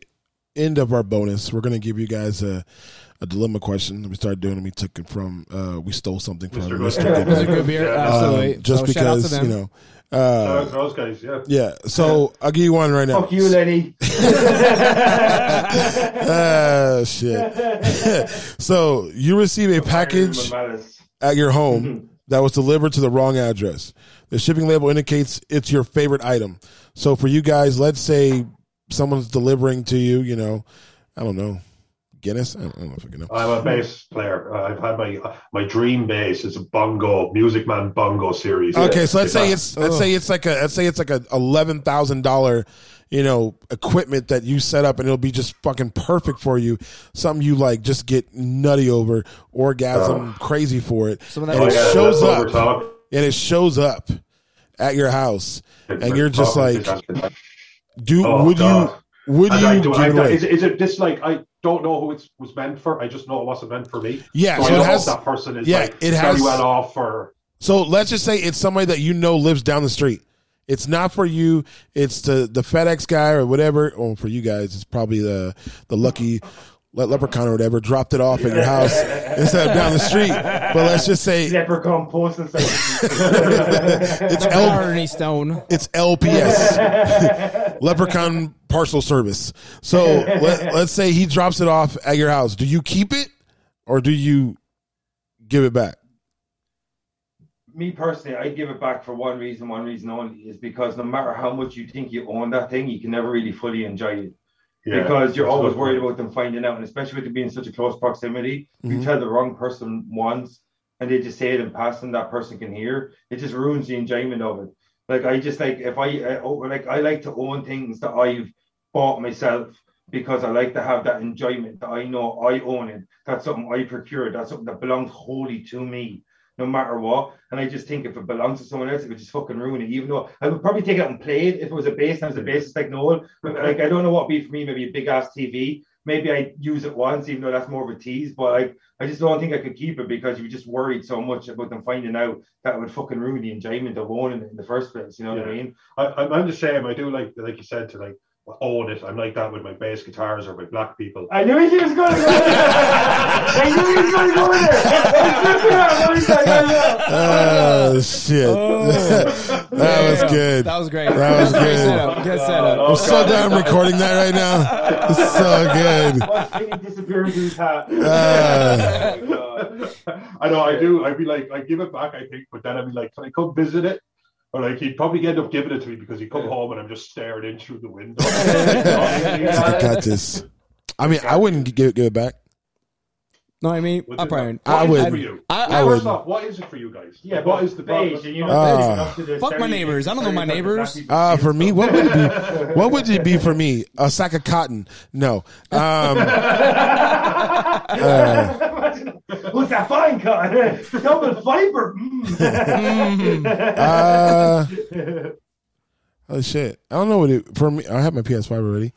S1: end of our bonus, we're gonna give you guys a, a dilemma question. that We started doing. and We took it from. Uh, we stole something from
S6: Mr.
S1: Mr.
S6: Goodman.
S1: Goodman.
S2: Those are good beer.
S6: Yeah.
S2: Absolutely.
S1: Um, just
S2: So shout out to
S1: because
S2: them.
S1: you know. Uh,
S6: Those- those guys, yeah.
S1: yeah. So I'll give you one right now.
S7: Fuck you, Lenny.
S1: Ah, shit. so you receive a package
S7: Malice.
S1: at your
S7: Mm-hmm.
S1: home that was delivered to the wrong address. The shipping label indicates it's your favorite item. So for you guys, let's say someone's delivering to you, you know, I don't know, Guinness. I don't, I don't know if I can know.
S6: I'm a bass player. Uh, I've had my my dream bass is a bongo Music Man bongo series.
S1: Okay, so let's say
S6: Yeah.
S1: it's let's say it's like a let's say it's like a eleven thousand dollar, you know, equipment that you set up and it'll be just fucking perfect for you. Something you like just get nutty over, orgasm, crazy for it,
S2: Some
S1: and
S2: of that-
S1: it
S6: Oh, yeah,
S1: shows
S6: that's what we're
S1: up,
S6: talking.
S1: and it shows up at your house, and you're just
S6: Talking
S1: like,
S6: disgusting.
S1: do
S6: Oh,
S1: would
S6: God.
S1: you would
S6: And
S1: you
S6: I
S1: give
S6: do,
S1: it
S6: I,
S1: away?
S6: is, is it just like I don't know who it was meant for? I just know it wasn't meant for me.
S1: Yeah,
S6: so,
S1: so
S6: I
S1: it
S6: know
S1: has-
S6: if that person is
S1: yeah,
S6: like
S1: it
S6: very
S1: has-
S6: well off or
S1: So let's just say it's somebody that you know lives down the street, It's not for you. It's the the FedEx guy or whatever. Or for you guys, it's probably the the lucky le- leprechaun or whatever dropped it off at your house instead of down the street. But let's just say
S8: Leprechaun postal service.
S1: it's L
S2: Irony stone.
S1: it's LPS, Leprechaun Parcel Service. So let, let's say he drops it off at your house. Do you keep it or do you give it back?
S7: me personally, I give it back for one reason, one reason only, is because no matter how much you think you own that thing, you can never really fully enjoy it
S6: Yeah,
S7: because you're
S6: that's
S7: always
S6: good.
S7: worried about them finding out, and especially with it being such a close proximity,
S6: Mm-hmm.
S7: you tell the wrong person once, and they just say it in passing. That person can hear. It just ruins the enjoyment of it. Like I just like if I, I oh, like I like to own things that I've bought myself because I like to have that enjoyment that I know I own it. That's something I procured. That's something that belongs wholly to me. No matter what, and I just think if it belongs to someone else, it would just fucking ruin it. Even though I would probably take it out and play it if it was a bass and it was a bassist like Noel. But like I don't know what would be for me, maybe a big ass TV. Maybe I use it once, even though that's more of a tease. But like I just don't think I could keep it because you just worried so much about them finding out that it would fucking ruin the enjoyment of owning it in the first place. You know what I
S6: Yeah.
S7: mean?
S6: I, I'm, I'm the same. I do like, like you said, to like own it. I'm like that with my bass guitars or with black people.
S8: I knew he was going to go there. I knew he was going to go there. I was just there. I know he's
S1: Oh shit! that was good.
S2: That was great.
S1: That was
S2: a great
S1: good.
S2: setup. Good setup.
S6: Oh,
S1: I'm so glad I'm recording that right now. It's so good.
S8: going there. Disappeared into his hat.
S1: Uh,
S6: I know I do. I'd be like, I give it back, I think, but then I'd be like, can I come visit it? Or like he'd probably end up giving it to me because he'd come home and I'm just staring in through the window.
S1: I got this. I mean, I wouldn't give, give it back.
S2: No, I mean,
S6: Would
S2: Ah, I
S6: it-
S2: probably.
S1: I
S6: What is it
S1: would.
S6: for you?
S1: I
S6: First
S1: would.
S6: off, what is it for you guys? Yeah, what is the
S8: beige,
S6: beige?
S8: and you know,
S1: Ah.
S2: Fuck my neighbors. I don't know my neighbors.
S1: Uh, for me, what would it be? What would it be for me? A sack of cotton? No. Um,
S8: What's that fine cut? Double fiber. Mm.
S1: uh, oh shit! I don't know what it for me. I have my PS5 already.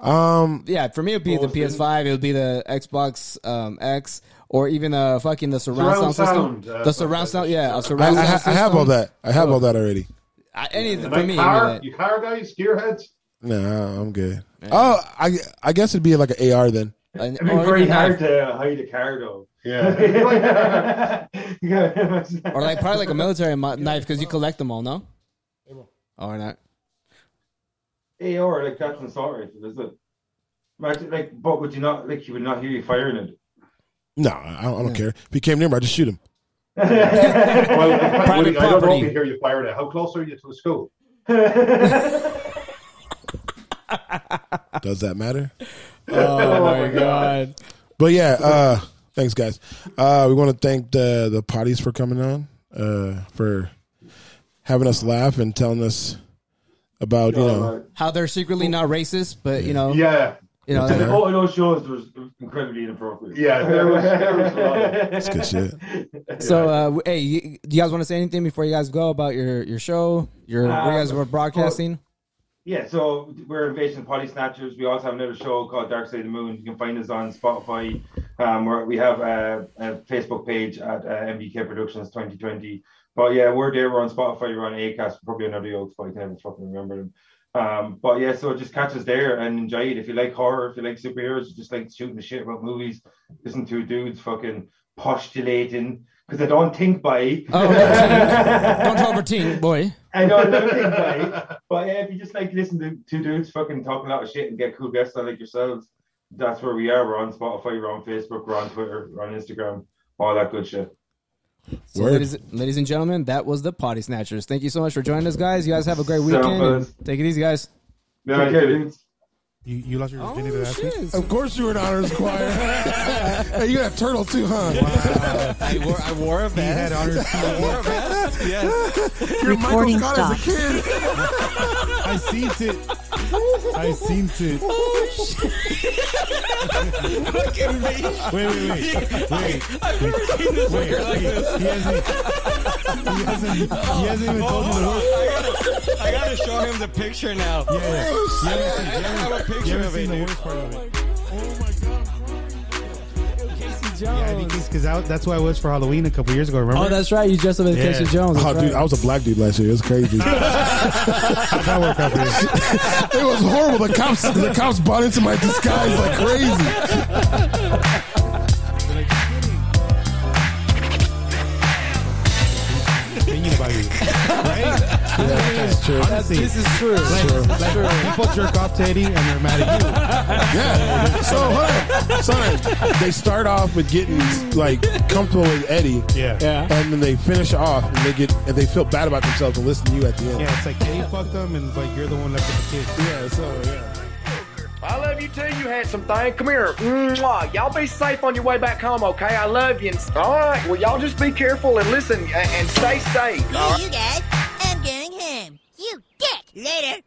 S1: Um,
S2: Yeah, for me it'd be the PS5. It would be the Xbox um, X, or even the fucking the surround,
S6: Surround
S2: sound system.
S6: sound, uh,
S2: the surround sound, yeah, a
S1: I, I,
S2: surround sound
S1: ha- I
S2: system.
S1: have all that. I have all that already.
S2: I, anything for
S6: Like
S2: me. Any
S6: car,
S2: of that.
S6: you car guys, gearheads.
S1: Nah, I'm good. Oh, I I guess it'd be like an AR then.
S2: And-
S8: It'd be
S2: or
S8: very
S2: even have-
S8: hard to hide a car, though.
S6: Yeah.
S2: or like probably like a military mi- knife because you collect them all, no? Oh, or not?
S7: AR like that's an assault rifle, is it? Imagine, like, but would you not like you would not hear you firing it?
S1: No, I don't, I don't care. If he came near me, I just shoot him.
S6: well, I- I,
S2: Private
S6: don't know
S2: property.
S6: if you hear you fired at. How close are you to the school?
S1: Does that matter?
S2: Oh my god!
S1: But yeah, uh, thanks guys. Uh, we want to thank the the potties for coming on, uh, for having us laugh and telling us about you know.
S2: How they're secretly not racist, but you know,
S6: Yeah,
S2: you know,
S7: And
S2: they're-
S7: all of those shows was incredibly inappropriate.
S6: yeah. There was, there was a lot of-
S1: That's good shit.
S2: So, uh, w- hey, you, do you guys want to say anything before you guys go about your your show, your where you guys were broadcasting?
S7: Yeah, so we're Invasion Potty Snatchers. We also have another show called Dark Side of the Moon. You can find us on Spotify. Um, we're, we have a, a Facebook page at uh, MBK Productions 2020. But yeah, we're there. We're on Spotify. We're on Acast. Probably another oaks, but I can never fucking remember them. Um, but yeah, so just catch us there and enjoy it. If you like horror, if you like superheroes, you just like shooting the shit about movies, listen to dudes fucking postulating because I don't think by.
S2: Oh, don't don't talk over team, boy.
S7: I know, I don't think right. But yeah, if you just like listen to two dudes fucking talking a lot of shit and get cool guests on like yourselves, that's where we are. We're on Spotify, we're on Facebook, we're on Twitter, we're on Instagram, all that good shit.
S2: So,
S1: Word.
S2: ladies, ladies and gentlemen, that was the Potty Snatchers. Thank you so much for joining us, guys. You guys have a great weekend. and Take it easy, guys.
S7: Take care, dudes.
S4: You, you lost your virginity last week?
S1: Of course, you were an honors choir. hey, you got a turtle too, huh?
S5: I wore, I wore a
S4: He
S5: vest.
S4: had honors.
S5: I wore a vest. Yes.
S1: You're Michael
S9: Recording
S1: Scott as a kid.
S4: I seen it. I seen it.
S5: Fucking me.
S4: Wait, wait, wait. Wait.
S5: I've never seen this
S4: Wait,
S5: weird like
S4: he,
S5: this.
S4: he hasn't. He hasn't. He hasn't even told you the word.
S5: I gotta, I gotta show him the picture now.
S4: Yeah, yeah. You
S5: I,
S4: haven't
S5: I
S4: seen-
S5: have a
S4: you
S5: picture
S4: haven't
S5: of it,
S4: seen the
S5: dude.
S4: worst part of it. Oh my god!
S5: Casey
S2: Jones.
S4: Yeah, I think it's because that's what I was for Halloween a couple years ago. Remember?
S2: Oh, that's right. You dressed up as
S4: Yeah.
S2: Casey Jones.
S1: Oh,
S2: That's
S1: dude, I
S2: right.
S1: was a black dude last year. It's crazy.
S4: that worked out for you.
S1: it was horrible. The cops, the cops bought into my disguise like crazy.
S4: Thinking about you, right?
S1: That's true.
S4: Honestly,
S2: This is true.
S4: like, like people jerk off to Eddie and they're mad at you.
S1: Yeah. So, hold on. Sorry. They start off with getting like comfortable with Eddie.
S4: Yeah.
S2: Yeah.
S1: And then they finish off, and they get and they feel bad about themselves and listen to you at the end.
S4: Yeah, it's like Eddie fucked them, and but you're the one left with the kids.
S1: Yeah, so yeah.
S9: I love you too, you handsome thing. Come here. Mwah. Y'all be safe on your way back home, okay? I love you. And, all right. Well, y'all just be careful and listen and, and stay safe.
S10: Hey, you guys, I'm going home. You dick! Later.